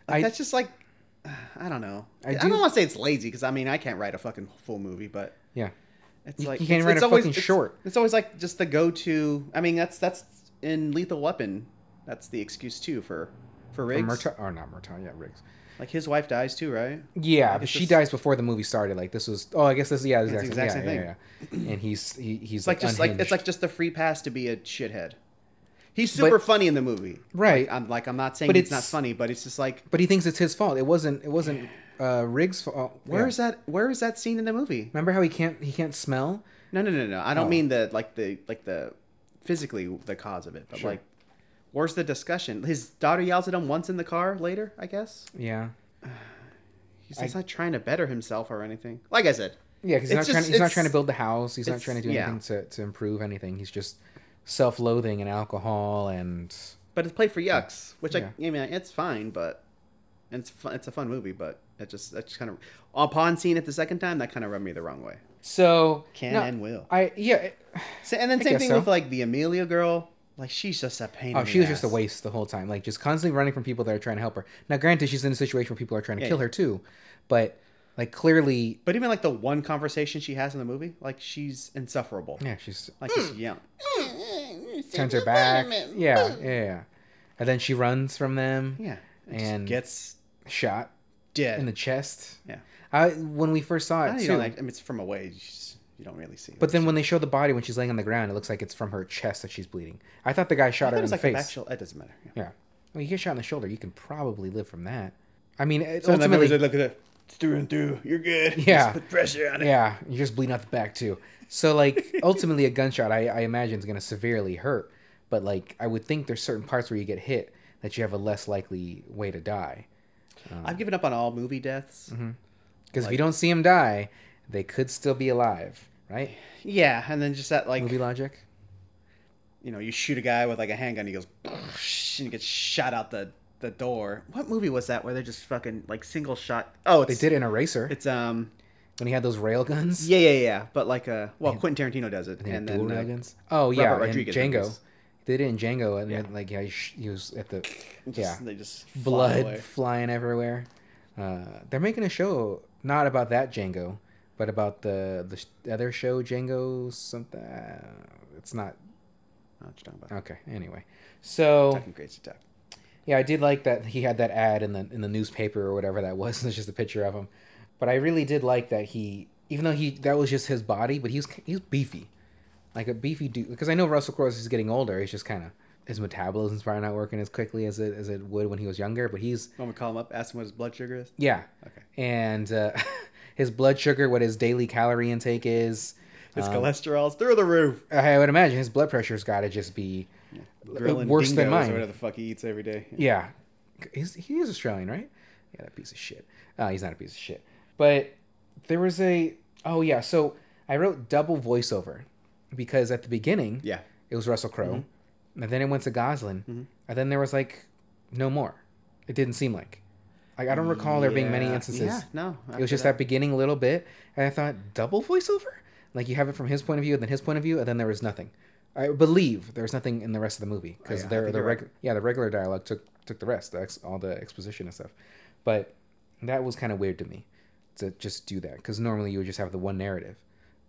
S2: Like,
S1: I-
S2: that's just like, I don't know.
S1: I
S2: I, do,
S1: do-
S2: not want to say it's lazy because I mean I can't write a fucking full movie, but
S1: Yeah.
S2: it's
S1: You-
S2: like
S1: you can't
S2: it's,
S1: write
S2: it's
S1: a
S2: always,
S1: fucking
S2: it's-
S1: short.
S2: It's always like just the go-to. I mean, that's that's in Lethal Weapon. That's the excuse too for for
S1: Or
S2: Riggs.
S1: Murta- or not Murtaugh, yeah, Riggs.
S2: like his wife dies too, right?
S1: Yeah,
S2: Like,
S1: but
S2: it's
S1: she
S2: just-
S1: dies before the movie started. Like this was, oh, I guess this, yeah,
S2: It's
S1: exactly,
S2: the exact
S1: yeah,
S2: same
S1: yeah, yeah, And he's he, he's
S2: It's like just like it's
S1: unhinged.
S2: like just the free pass to be a shithead. He's
S1: But-
S2: super funny in the movie,
S1: Right.
S2: Like, uh, I'm like I'm not saying
S1: But
S2: it's, not
S1: it's-
S2: funny, but it's just like
S1: but he thinks it's his fault. It wasn't. It wasn't uh, Riggs' fault.
S2: where
S1: Yeah.
S2: is that? Where is that scene in the movie?
S1: Remember how he can't he can't smell?
S2: No, no, no, no. I
S1: Oh.
S2: don't mean the like the like the physically the cause of it, but
S1: Sure.
S2: like where's the discussion? His daughter yells at him once in the car later, I guess.
S1: Yeah.
S2: He's, he's not trying to better himself or anything. Like I said,
S1: Yeah, 'cause he's not
S2: It's just-
S1: trying he's not
S2: it's-
S1: trying to build the house. He's not
S2: it's-
S1: trying to do
S2: yeah.
S1: anything to, to improve anything. He's just self-loathing and alcohol and
S2: but it's played for yucks, which
S1: Yeah.
S2: I, I mean it's fine, but and it's fun, it's a fun movie, but it just that just kind of upon seeing it the second time that kind of rubbed me the wrong way.
S1: so
S2: Can
S1: no,
S2: and will.
S1: I yeah. it-
S2: So, and then same
S1: guess
S2: thing
S1: so.
S2: with like the Amelia girl. Like she's just a pain.
S1: Oh,
S2: in the
S1: she was
S2: ass.
S1: just a waste the whole time. Like just constantly running from people that are trying to help her. Now, granted, she's in a situation where people are trying to
S2: Yeah,
S1: kill
S2: yeah.
S1: her too, but like clearly,
S2: But even like the one conversation she has in the movie, like she's insufferable.
S1: yeah, she's
S2: Like just yeah.
S1: turns her back. Yeah, yeah, yeah. And then she runs from them,
S2: Yeah. It
S1: And-
S2: just gets
S1: shot
S2: dead.
S1: in the chest.
S2: yeah.
S1: I when we first saw
S2: I
S1: it
S2: don't
S1: too.
S2: even like I mean it's from away, you, just, you don't really see it.
S1: But then when they show the body when she's laying on the ground, it looks like it's from her chest that she's bleeding. I thought the guy
S2: I
S1: shot
S2: thought
S1: her
S2: it
S1: in
S2: was
S1: the
S2: like the
S1: face.
S2: back shoulder. It doesn't matter. Yeah.
S1: Yeah. Well, you get shot in the shoulder, you can probably live from that. I mean, it-
S2: So in that movie,
S1: ultimately,
S2: they look at it. It's through and through. You're good.
S1: Yeah.
S2: Just put pressure on it.
S1: yeah, you're just bleeding out the back too. So like, ultimately, a gunshot, I, I imagine, is going to severely hurt. But like, I would think there's certain parts where you get hit that you have a less likely way to die.
S2: I've given up on all movie deaths.
S1: Mm-hmm. Because if you don't see them die, they could still be alive, right?
S2: Yeah, and then just that like
S1: Movie logic.
S2: you know, you shoot a guy with like a handgun, he goes "Boosh," and he gets shot out the the door. What movie was that where they're just fucking like single shot? Oh,
S1: They
S2: it's
S1: did in Eraser
S2: It's um
S1: when he had those rail guns.
S2: yeah yeah yeah, but like uh well Quentin Tarantino does it
S1: and,
S2: and
S1: dual
S2: then
S1: rail
S2: uh,
S1: guns. Oh yeah,
S2: Robert
S1: and
S2: Rodriguez
S1: Django.
S2: movies.
S1: They did it in Django, and
S2: Yeah.
S1: then, like yeah, he, sh- he was at the
S2: just,
S1: yeah
S2: they just fly
S1: blood
S2: away.
S1: flying everywhere. Uh, they're making a show not about that Django, but about the the sh- other show Django something. Uh, it's not
S2: I don't know what you're talking about.
S1: okay. Anyway, so
S2: Talking crazy talk.
S1: yeah, I did like that he had that ad in the in the newspaper or whatever that was. It's just a picture of him, but I really did like that he, even though he that was just his body, but he was he was beefy, like a beefy dude. Because I know Russell Crowe is getting older. He's just kind of his metabolism's probably not working as quickly as it as it would when he was younger. But he's
S2: Want me to call him up, ask him what his blood sugar is?
S1: yeah,
S2: Okay.
S1: and uh, his blood sugar, what his daily calorie intake is.
S2: His
S1: Um,
S2: cholesterol's through the roof.
S1: I would imagine his blood pressure's got to just be
S2: Grilling
S1: uh, worse than
S2: dingoes
S1: mine.
S2: Or whatever the fuck he eats every day.
S1: Yeah, he's, he is Australian, right? Yeah, that piece of shit. Uh, he's not a piece of shit, but there was a oh yeah. So I wrote double voiceover because at the beginning
S2: Yeah. Mm-hmm.
S1: it was Russell Crowe, and then it went to Goslin, and then there was like no more. It didn't seem like like I don't recall there being many
S2: Yeah.
S1: instances.
S2: Yeah, no.
S1: it was just that. beginning little bit, and I thought double voiceover. Like you have it from his point of view, and then his point of view, and then there was nothing. I believe there was nothing in the rest of the movie
S2: Oh,
S1: because
S2: yeah, I
S1: their
S2: think
S1: the
S2: you're
S1: reg- yeah the regular dialogue took took the rest, the ex- all the exposition and stuff. But that was kind of weird to me to just do that because normally you would just have the one narrative.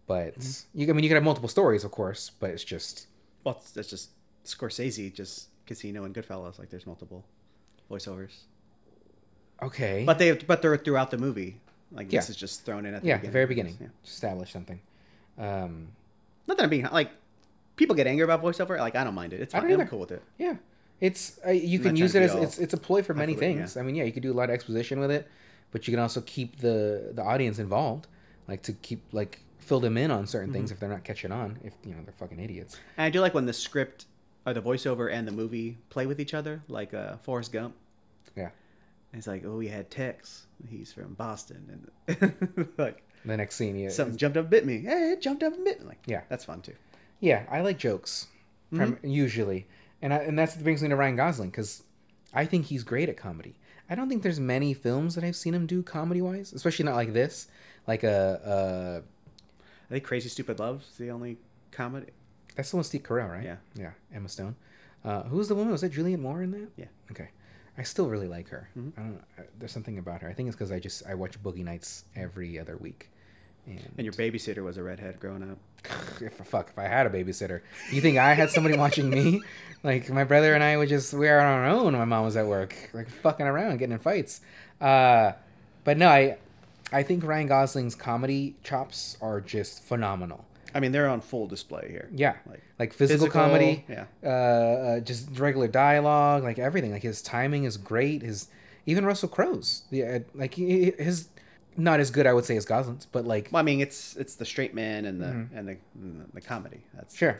S1: But
S2: Mm-hmm.
S1: you, I mean, you could have multiple stories, of course, but it's just
S2: Well, it's- that's just Scorsese, just Casino and Goodfellas. Like, there's multiple voiceovers,
S1: okay.
S2: but they but they're throughout the movie. Like, this
S1: Yeah.
S2: is just thrown in at the
S1: yeah,
S2: beginning.
S1: the very beginning,
S2: Yeah.
S1: establish something. Um,
S2: Not that I'm being like, people get angry about voiceover. Like, I don't mind it. It's
S1: I
S2: fine.
S1: don't
S2: I'm
S1: either.
S2: cool with it.
S1: Yeah, it's uh, you
S2: I'm
S1: can
S2: not
S1: use it
S2: trying
S1: as
S2: to be all
S1: it's it's a ploy for many
S2: highfalutin,
S1: things. I mean, yeah, you could do a lot of exposition with it, but you can also keep the the audience involved, like to keep like fill them in on certain
S2: Mm-hmm.
S1: things if they're not catching on. If you know they're fucking idiots.
S2: And I do like when the script or the voiceover and the movie play with each other, like uh, Forrest Gump.
S1: Yeah.
S2: And It's like, oh, we had Tex. He's from Boston, and like
S1: The next scene, yeah,
S2: something jumped up and bit me. Hey, it jumped up and bit me. Like,
S1: Yeah.
S2: that's fun too.
S1: yeah, I like jokes, prim-
S2: Mm-hmm.
S1: usually, and I, and that's what brings me to Ryan Gosling because I think he's great at comedy. I don't think there's many films that I've seen him do comedy wise, especially not like this, like a. Uh,
S2: I think Crazy Stupid Love's the only comedy.
S1: That's the one with Steve Carell, right?
S2: Yeah.
S1: Yeah. Emma Stone. Uh, who was the woman? Was that Julianne Moore in that?
S2: Yeah.
S1: Okay. I still really like her.
S2: Mhm.
S1: I don't know. uh, There's something about her. I think it's because I just I watch Boogie Nights every other week.
S2: And your babysitter was a redhead growing up.
S1: if fuck, if I had a babysitter, you think I had somebody watching me? Like my brother and I would just we are on our own. when My mom was at work, like fucking around, getting in fights. Uh, but no, I I think Ryan Gosling's comedy chops are just phenomenal.
S2: I mean, they're on full display here.
S1: Yeah,
S2: Like
S1: like physical, comedy.
S2: Yeah.
S1: uh, uh, just regular dialogue, like everything. Like his timing is great. His even Russell Crowe's, yeah, like he- his not as good, I would say, as Gosling's, but like
S2: Well, I mean, it's it's the straight man and the and the and the comedy. That's
S1: Mm-hmm. Sure.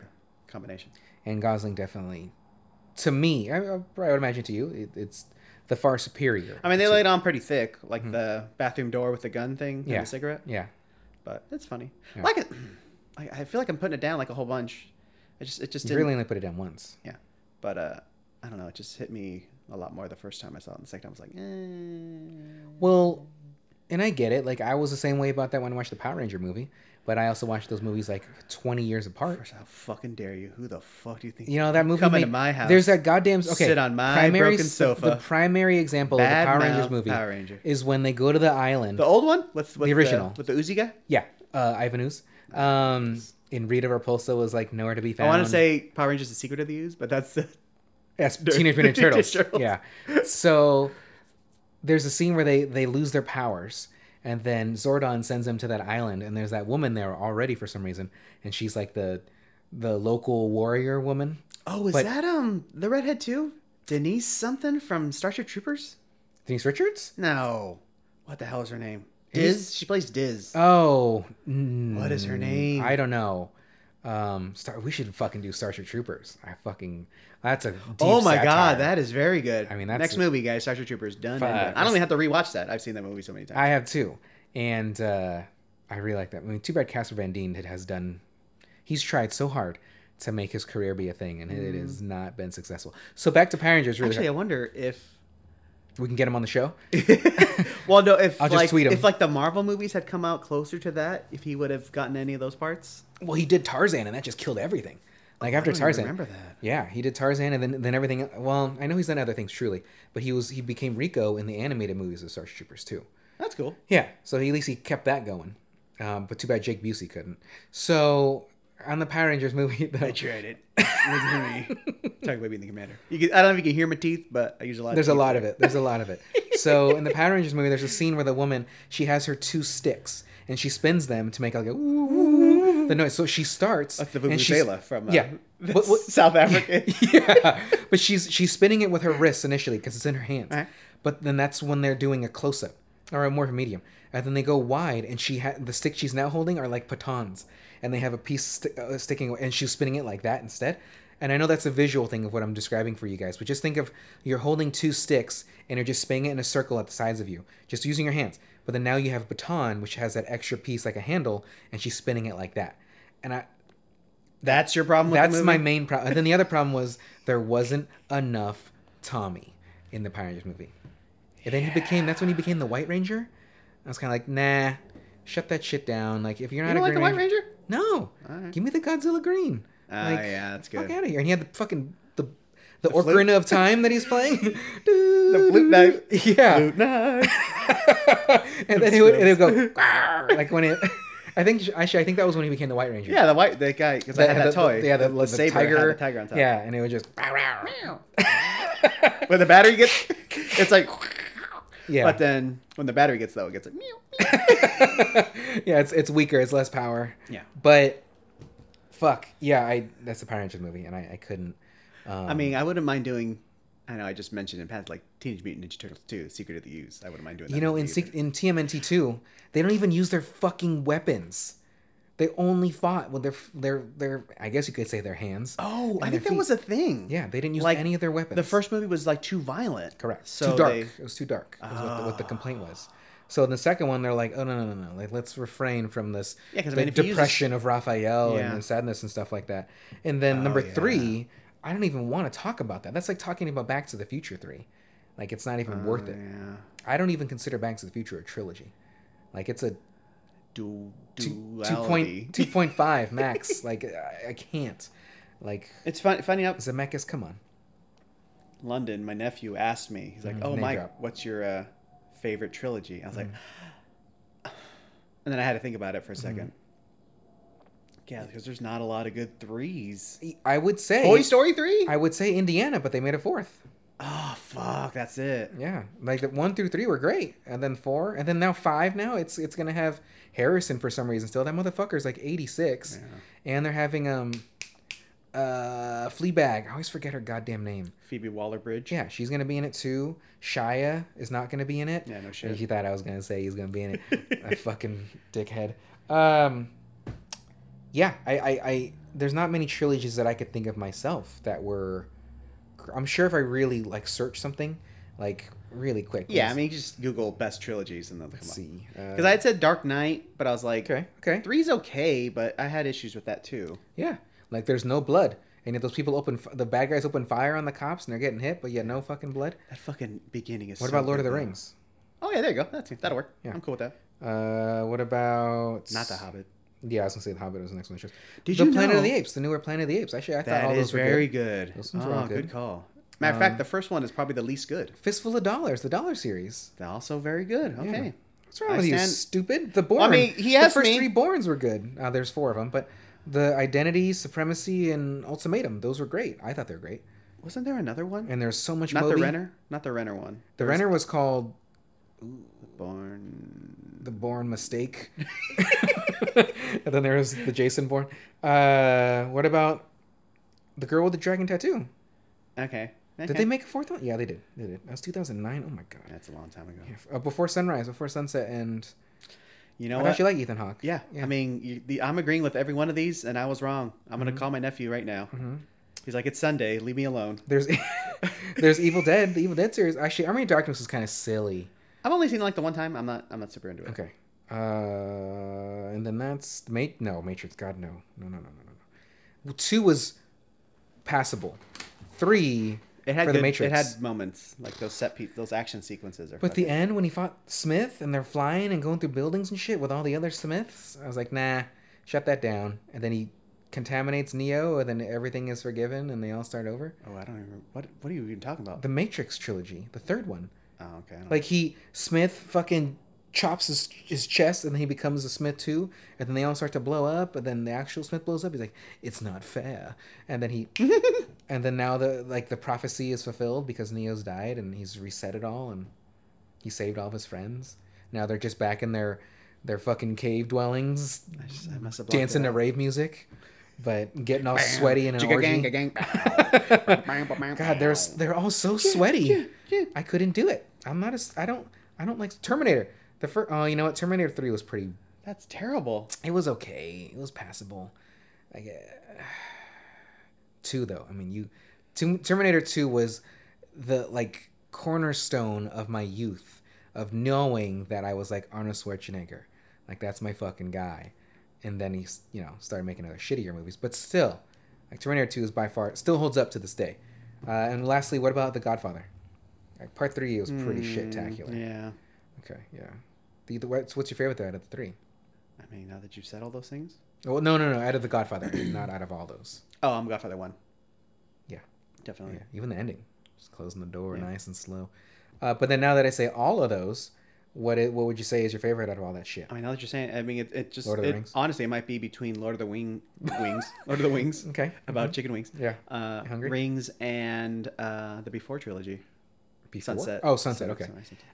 S2: the combination.
S1: and Gosling definitely, to me, I, I probably would imagine to you, it, it's the far superior.
S2: I mean, they laid on pretty thick, like the bathroom door with the gun thing
S1: Mm-hmm. Yeah.
S2: and the cigarette.
S1: yeah,
S2: But it's funny.
S1: Yeah.
S2: Like it, I, I feel like I'm putting it down like a whole bunch. I just it just
S1: you
S2: didn't.
S1: really only put it down once.
S2: Yeah. But uh, I don't know. It just hit me a lot more the first time I saw it. And the second time I was like, eh.
S1: Well, and I get it. Like I was the same way about that when I watched the Power Ranger movie, but I also watched those movies like twenty years apart.
S2: First, how fucking dare you? Who the fuck do you think?
S1: You know that movie.
S2: Come into
S1: made-
S2: my house.
S1: There's that goddamn okay.
S2: Sit on my broken
S1: s- the- The
S2: sofa.
S1: primary example of the
S2: Bad
S1: Power Rangers
S2: mouth
S1: movie
S2: Power Ranger.
S1: is when they go to the island.
S2: The old one with, with
S1: original.
S2: with the Uzi guy.
S1: yeah, uh, Ivanus. Um, and Rita Repulsa was like nowhere to be
S2: I
S1: found.
S2: want to say Power Rangers: The Secret of the Ooze, but that's the
S1: yes, Teenage Mutant
S2: Teenage
S1: Turtles.
S2: Turtles.
S1: Yeah. So there's a scene where they they lose their powers, and then Zordon sends them to that island, and there's that woman there already for some reason, and she's like the the local warrior woman.
S2: Oh, is
S1: But-
S2: that um the redhead too? Denise something from Starship Troopers?
S1: Denise Richards.
S2: No. What the hell is her name?
S1: Who's-
S2: Diz? She plays Diz.
S1: Oh,
S2: What is her
S1: mm,
S2: name?
S1: I don't know. Um, Star. We should fucking do Starship Troopers. I fucking. That's a. Deep
S2: oh my
S1: satire.
S2: god, that is very good.
S1: I mean, that's
S2: next
S1: a-
S2: movie, guys. Starship Troopers done. and
S1: Fuck,
S2: done. I
S1: that's-
S2: don't even have to rewatch that. I've seen that movie so many times.
S1: I have two, and uh, I really like that. I mean, too bad Casper Van Dien had- has done. He's tried so hard to make his career be a thing, and it has not been successful. So back to Power Rangers. Really,
S2: Mm. Actually, I wonder if.
S1: we can get him on the show.
S2: well, no, if
S1: I'll just
S2: like
S1: tweet him.
S2: if like the Marvel movies had come out closer to that, if he would have gotten any of those parts.
S1: Well, he did Tarzan, and that just killed everything. Like after
S2: don't even
S1: Tarzan,
S2: remember that.
S1: Yeah, he did Tarzan, and then then everything. Well, I know he's done other things, truly, but he was he became Rico in the animated movies of Starship Troopers too.
S2: That's cool.
S1: Yeah, so he, at least he kept that going. Um, but too bad Jake Busey couldn't. So on the Power Rangers movie, though,
S2: tried it. Talking about being the commander. You can, I don't know if you can hear my teeth, but I use a lot.
S1: there's a
S2: of teeth.
S1: lot of it. There's a lot of it. So in the Power Rangers movie, there's a scene where the woman she has her two sticks and she spins them to make like a "Ooh, ooh, ooh," the noise. So she starts
S2: That's the
S1: and she's-
S2: Vuvuzela from uh,
S1: yeah. What- what-
S2: South Africa.
S1: yeah, but she's she's spinning it with her wrists initially because it's in her hands.
S2: Alright.
S1: But then that's when they're doing a close up or a more of a medium, and then they go wide, and she ha- the stick she's now holding are like batons, and they have a piece sti- uh, sticking, and she's spinning it like that instead. And I know that's a visual thing of what I'm describing for you guys, but just think of you're holding two sticks and you're just spinning it in a circle at the sides of you, just using your hands. But then now you have a baton, which has that extra piece like a handle, and she's spinning it like that. And I,
S2: That's your problem with
S1: that's
S2: the movie?
S1: my main problem. And then the other problem was there wasn't enough Tommy in the Power Rangers movie. And then he became that's when he became the White Ranger. I was kind of like, nah, shut that shit down. Like if you're
S2: You
S1: not
S2: don't
S1: a
S2: like the
S1: Green
S2: White
S1: Ranger,
S2: Ranger?
S1: no,
S2: Alright.
S1: give me the Godzilla Green.
S2: Ah, yeah, that's good.
S1: Fuck out of here. And he had the fucking the the,
S2: flute?
S1: Ocarina of Time that he's playing. the
S2: flute knife.
S1: Yeah
S2: Blue knife.
S1: and then it would, it would go "Grrr," like when it. I think actually, I think that was when he became the White Ranger.
S2: Yeah, the white that guy because I had that
S1: the,
S2: toy.
S1: Yeah, the,
S2: the,
S1: the
S2: saber
S1: tiger,
S2: had the tiger on top.
S1: Yeah, and it would just.
S2: When the battery gets, it's like.
S1: yeah,
S2: But then when the battery gets low, it gets like. meow, meow.
S1: yeah, it's it's weaker. It's less power.
S2: Yeah.
S1: But, fuck yeah, I that's the Power Rangers movie, and I, I couldn't. Um,
S2: I mean, I wouldn't mind doing. I know I just mentioned in past like Teenage Mutant Ninja Turtles 2, Secret of the Use. I wouldn't mind doing that.
S1: you know,
S2: movie
S1: in
S2: either.
S1: Sec- in TMNT two, they don't even use their fucking weapons. They only fought with their f- their their. I guess you could say their hands.
S2: Oh, I
S1: and
S2: think
S1: their
S2: that was a thing.
S1: Yeah, they didn't use
S2: Like,
S1: any of their weapons.
S2: The first movie was like too violent.
S1: Correct.
S2: So
S1: too dark.
S2: they- Ah.
S1: It was too dark. Is what, the, what the complaint was. So in the second one, they're like, oh no no no no, like let's refrain from this.
S2: Yeah, 'cause, I
S1: the
S2: mean, if you use
S1: depression of Raphael and,
S2: Yeah. Oh,
S1: and sadness and stuff like that. And then number
S2: yeah.
S1: three, I don't even want to talk about that. That's like talking about Back to the Future three. Like it's not even worth it.
S2: Uh, Yeah.
S1: I don't even consider Back to the Future a trilogy. Like it's a
S2: Du-
S1: two
S2: duality.
S1: point two point five max. like I, I can't. Like
S2: It's fun, funny out
S1: Zemeckis, come on.
S2: London. My nephew asked me. He's like,
S1: Mm,
S2: "Oh,
S1: name
S2: Mike,
S1: drop. Mm.
S2: what's your uh, favorite trilogy?" I was like, and then I had to think about it for
S1: Mm-hmm.
S2: a second. Yeah, because there's not a lot of good threes.
S1: I would say
S2: Toy Story three.
S1: I would say Indiana, but they made a fourth.
S2: oh fuck, that's it.
S1: Yeah, like the one through three were great, and then four, and then now five. Now it's it's gonna have Harrison for some reason. Still, that motherfucker's like eighty six, and they're having um, uh, Fleabag. I always forget her goddamn name.
S2: Phoebe Waller Bridge.
S1: Yeah, she's gonna be in it too. Shia is not gonna be in it.
S2: Yeah, no shit.
S1: He thought I was gonna say he's gonna be in it. a fucking dickhead. Um, yeah, I, I, I, there's not many trilogies that I could think of myself that were. I'm sure if I really like search something, like really quick.
S2: Yeah, I
S1: let's
S2: mean, you just Google best trilogies and they'll come up.
S1: see. uh,
S2: Because I had said Dark Knight, but I was like,
S1: okay, okay,
S2: three's okay, but I had issues with that too.
S1: yeah, like there's no blood, and if those people open f- the bad guys open fire on the cops and they're getting hit, but yeah, no fucking blood.
S2: That fucking beginning is.
S1: What
S2: so
S1: about Lord of
S2: good,
S1: the
S2: though.
S1: Rings?
S2: Oh yeah, there you go. That's that'll work.
S1: Yeah.
S2: I'm cool with that.
S1: Uh, what about
S2: Not the Hobbit.
S1: Yeah, I was gonna say the Hobbit was the next one. Sure.
S2: Did
S1: the
S2: you
S1: Planet
S2: know
S1: of the Apes, the newer Planet of the Apes? Actually, I thought
S2: That
S1: all
S2: is
S1: those were
S2: very
S1: very
S2: good.
S1: Those ones are all
S2: Oh, good
S1: good.
S2: call. Um, Matter of fact, the first one is probably the least good.
S1: fistful of dollars, the dollar series.
S2: They're also very good. Okay.
S1: What's wrong
S2: I
S1: with you,
S2: stand-
S1: stupid? The born.
S2: Well, I mean, he
S1: the
S2: asked
S1: first
S2: me-
S1: three borns were good. Uh, there's four of them, but the identity, supremacy, and ultimatum, those were great. I thought they were great.
S2: Wasn't there another one?
S1: And there's so much.
S2: Not the
S1: Moby.
S2: Renner. Not the Renner one.
S1: The Renner was called
S2: Born.
S1: the Born Mistake. and then there was the Jason Born. Uh, what about the girl with the dragon tattoo?
S2: Okay. okay.
S1: Did they make a fourth one? Yeah, they did. They did. That was 2009. Oh my god.
S2: That's a long time ago.
S1: Uh, before sunrise, before sunset, and
S2: You know
S1: I
S2: what?
S1: actually like Ethan Hawke.
S2: Yeah.
S1: Yeah.
S2: I mean, you, the, I'm agreeing with every one of these, and I was wrong. I'm gonna call my nephew right now. He's like, "It's Sunday. Leave me alone."
S1: There's there's Evil Dead, the Evil Dead series. Actually, Army of Darkness is kind of silly.
S2: I've only seen it, like the one time. I'm not. I'm not super into it.
S1: Okay. Uh, and then that's Ma- no Matrix. God no, no no no no no. no. Two was passable. Three
S2: It had
S1: for
S2: good,
S1: the Matrix.
S2: It had moments like those set piece, those action sequences are.
S1: But the
S2: fucking-
S1: end when he fought Smith and they're flying and going through buildings and shit with all the other Smiths, I was like, nah, shut that down. And then he contaminates Neo, and then everything is forgiven, and they all start over.
S2: Oh, I don't even. What What are you even talking about?
S1: The Matrix trilogy, the third one.
S2: oh, okay. I don't-
S1: Like he Smith fucking chops his his chest, and then he becomes a Smith too. And then they all start to blow up, and then the actual Smith blows up. He's like, it's not fair. And then he, and then now the like the prophecy is fulfilled because Neo's died, and he's reset it all, and he saved all of his friends. Now they're just back in their their fucking cave dwellings,
S2: I, just, I must have blocked
S1: dancing
S2: it
S1: to
S2: out.
S1: rave music, but getting all sweaty in an orgy. God,
S2: God,
S1: they're s- they're all so sweaty. I couldn't do it. I'm not a. s- I don't. I don't like Terminator. The first. Oh, you know what? Terminator Three was pretty.
S2: That's terrible.
S1: It was okay. It was passable. Like uh, two though. I mean, you. Two, Terminator Two was the like cornerstone of my youth of knowing that I was like Arnold Schwarzenegger. Like that's my fucking guy. And then he's you know started making other shittier movies, but still, like Terminator Two is by far still holds up to this day. Uh, and lastly, what about The Godfather? Like, part three was pretty
S2: Mm,
S1: shit tacular.
S2: Yeah.
S1: Okay, yeah. The, the what's, what's your favorite though out of the three?
S2: I mean, now that you've said all those things.
S1: Well, no, no, no. Out of the Godfather, not out of all those.
S2: Oh, I'm Godfather one.
S1: Yeah.
S2: Definitely.
S1: Yeah, even the ending, just closing the door
S2: Oh, Yeah.
S1: nice and slow. Uh, but then now that I say all of those, what it, what would you say is your favorite out of all that shit?
S2: I mean, now that you're saying, I mean, it, it just
S1: Lord of the
S2: it-
S1: Rings.
S2: honestly, it might be between Lord of the Wing wings, Lord of the Wings,
S1: Okay.
S2: about chicken wings,
S1: mhm. yeah.
S2: uh,
S1: You hungry?
S2: rings, and uh, the Before trilogy,
S1: Before?
S2: Sunset.
S1: Oh, sunset. Okay.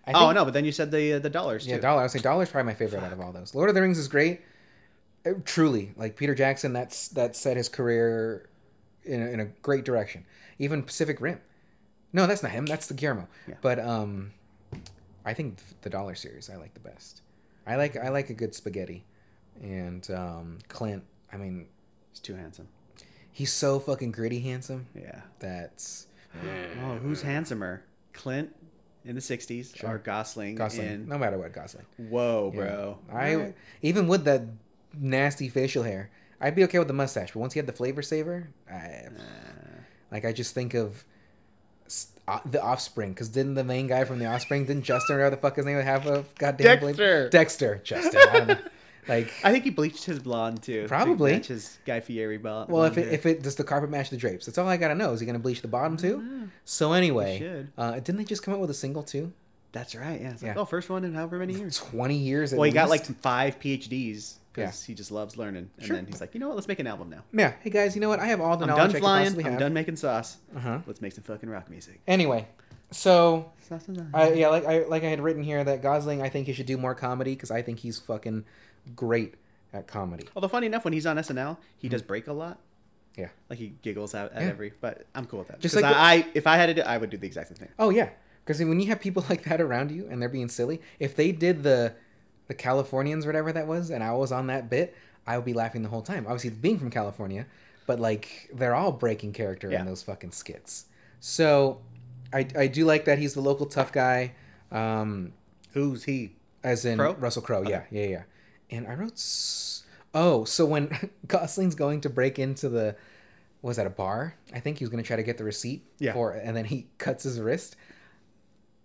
S1: I
S2: oh
S1: think-
S2: no, but then you said the uh, the dollars
S1: Yeah,
S2: too.
S1: dollar. I would say dollar's probably my favorite out of all those. Lord of the Rings is great. Uh, truly, like Peter Jackson, that's that set his career in a, in a great direction. Even Pacific Rim. No, that's not him. That's the Guillermo.
S2: Yeah.
S1: But um, I think the dollar series I like the best. I like I like a good spaghetti, and um, Clint. I mean,
S2: He's too handsome.
S1: he's so fucking gritty, handsome.
S2: Yeah.
S1: That's
S2: Oh, who's handsomer, Clint in the '60s
S1: Sure.
S2: or Gosling?
S1: Gosling.
S2: In...
S1: No matter what, Gosling.
S2: Whoa,
S1: Yeah.
S2: bro.
S1: I
S2: Alright.
S1: even with that nasty facial hair, I'd be okay with the mustache. But once he had the flavor saver, I,
S2: Uh,
S1: like I just think of s- uh, the Offspring. Because didn't the main guy from the Offspring, didn't Justin or whatever the fuck his name would have a goddamn blade-
S2: Dexter.
S1: Dexter, Justin. I don't know. Like,
S2: I think he bleached his blonde too. to
S1: Probably.
S2: match his Guy Fieri blonde.
S1: well, if it, if it does the carpet match the drapes, that's all I gotta know. Is he gonna bleach the bottom too? So anyway,
S2: Mm-hmm. Mm, should.
S1: uh, didn't they just come out with a single too?
S2: that's right, yeah. It's like,
S1: Yeah.
S2: oh, first one in however many years.
S1: Twenty years. At
S2: Well, he got like
S1: least?
S2: five PhDs
S1: Yeah.
S2: because he just loves learning. And
S1: Sure.
S2: then he's like, you know what? Let's make an album now.
S1: yeah. Hey guys, you know what? I have all the
S2: I'm
S1: knowledge
S2: done
S1: I could
S2: flying.
S1: possibly
S2: I'm
S1: have.
S2: done making sauce.
S1: Uh-huh.
S2: Let's make some fucking rock music.
S1: Anyway, so
S2: Sauce and lime.
S1: I, yeah, like I like I had written here that Gosling, I think he should do more comedy because I think he's fucking great at comedy.
S2: Although funny enough, when he's on SNL, he does break a lot.
S1: Hmm. Yeah.
S2: Like he giggles out at
S1: Yeah.
S2: every. But I'm cool with that.
S1: Just
S2: Just
S1: like
S2: like
S1: the-
S2: I, if I had to, do, I would do the exact same thing.
S1: Oh yeah, because when you have people like that around you and they're being silly, if they did the the Californians, whatever that was, and I was on that bit, I would be laughing the whole time. Obviously, being from California, but like they're all breaking character
S2: Yeah.
S1: in those fucking skits. So I I do like that he's the local tough guy. Um,
S2: Who's he?
S1: As in
S2: Crowe?
S1: Russell Crowe, yeah,
S2: Okay.
S1: yeah, yeah. And I wrote. S- oh, so when Gosling's going to break into the, was that a bar? I think he was going to try to get the receipt.
S2: Yeah.
S1: For and then he cuts his wrist.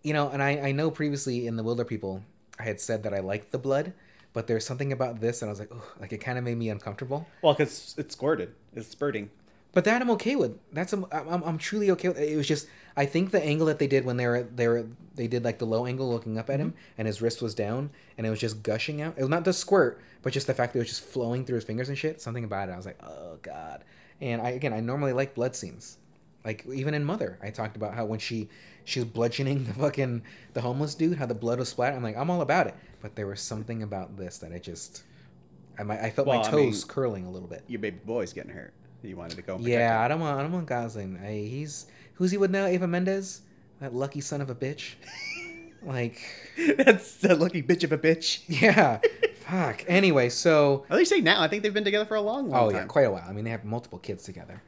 S1: You know, and I I know previously in the Wilder People I had said that I liked the blood, but there's something about this and I was like, oh, like it kind of made me uncomfortable.
S2: Well, because it's squirted. It's spurting.
S1: But that I'm okay with. That's I'm, I'm I'm truly okay with. It was just I think the angle that they did when they were they were they did like the low angle looking up at him
S2: Mm-hmm.
S1: and his wrist was down and it was just gushing out. It was not the squirt, but just the fact that it was just flowing through his fingers and shit. Something about it. I was like, oh god. And I again I normally like blood scenes. Like even in Mother, I talked about how when she she was bludgeoning the fucking the homeless dude, how the blood was splattered. I'm like I'm all about it. But there was something about this that I just I my, I felt
S2: Well,
S1: my
S2: I mean-
S1: toes curling a little bit.
S2: Your baby boy's getting hurt. You wanted to go. and protect
S1: Yeah,
S2: him.
S1: I don't want. I don't want Gosling. I, he's who's he with now? Ava Mendez, that lucky son of a bitch. like,
S2: That's the lucky bitch of a bitch.
S1: yeah, fuck. Anyway, so
S2: At least say now. I think they've been together for a long, long
S1: oh
S2: time.
S1: yeah, quite a while. I mean, they have multiple kids together.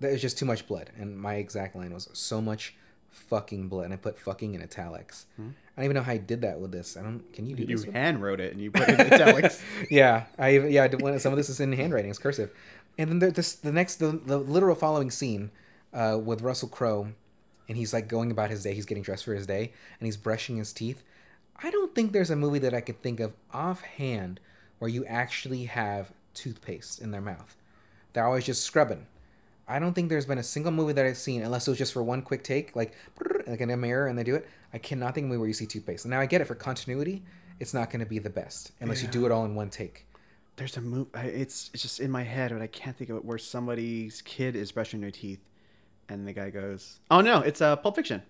S1: There's just too much blood, and my exact line was so much fucking blood, and I put fucking in italics. I don't even know how I did that with this. I don't. Can you do
S2: Hmm? you
S1: this? with-
S2: hand wrote it and you put it in italics.
S1: yeah, I even- yeah. I did, one- some of this is in handwriting. It's cursive. And then there, this the next the, the literal following scene uh, with Russell Crowe, and he's like going about his day. He's getting dressed for his day, and he's brushing his teeth. I don't think there's a movie that I could think of offhand where you actually have toothpaste in their mouth. They're always just scrubbing. I don't think there's been a single movie that I've seen, unless it was just for one quick take, like like in a mirror, and they do it. I cannot think of a movie where you see toothpaste. Now I get it for continuity, it's not going to be the best unless you
S2: Yeah.
S1: do it all in one take.
S2: There's a move. It's it's just in my head, but I can't think of it. Where somebody's kid is brushing their teeth, and the guy goes, "Oh no, it's a uh, Pulp Fiction,"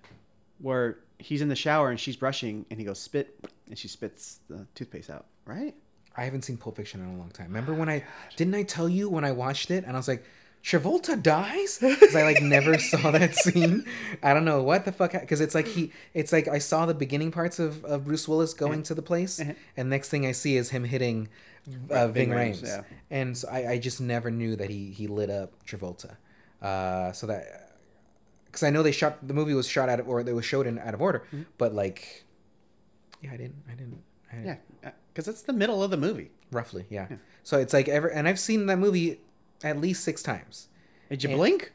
S2: where he's in the shower and she's brushing, and he goes spit, and she spits the toothpaste out. Right?
S1: I haven't seen Pulp Fiction in a long time. Remember
S2: Oh
S1: when I didn't I tell you when I watched it and I was like, Travolta dies because I like never saw that scene. I don't know what the fuck because it's like he it's like I saw the beginning parts of, of Bruce Willis going to the place
S2: Uh-huh.
S1: and next thing I see is him hitting uh, Ving,
S2: Ving
S1: Rhames,
S2: Rhames, yeah.
S1: and so I, I just never knew that he he lit up Travolta. Uh, so that because I know they shot the movie was shot out of or they was showed in out of order,
S2: Mm-hmm.
S1: but like yeah I didn't I didn't I didn't
S2: Yeah, because that's the middle of the movie.
S1: roughly yeah. so it's like ever and i've seen that movie at least six times
S2: Did you
S1: And-
S2: blink?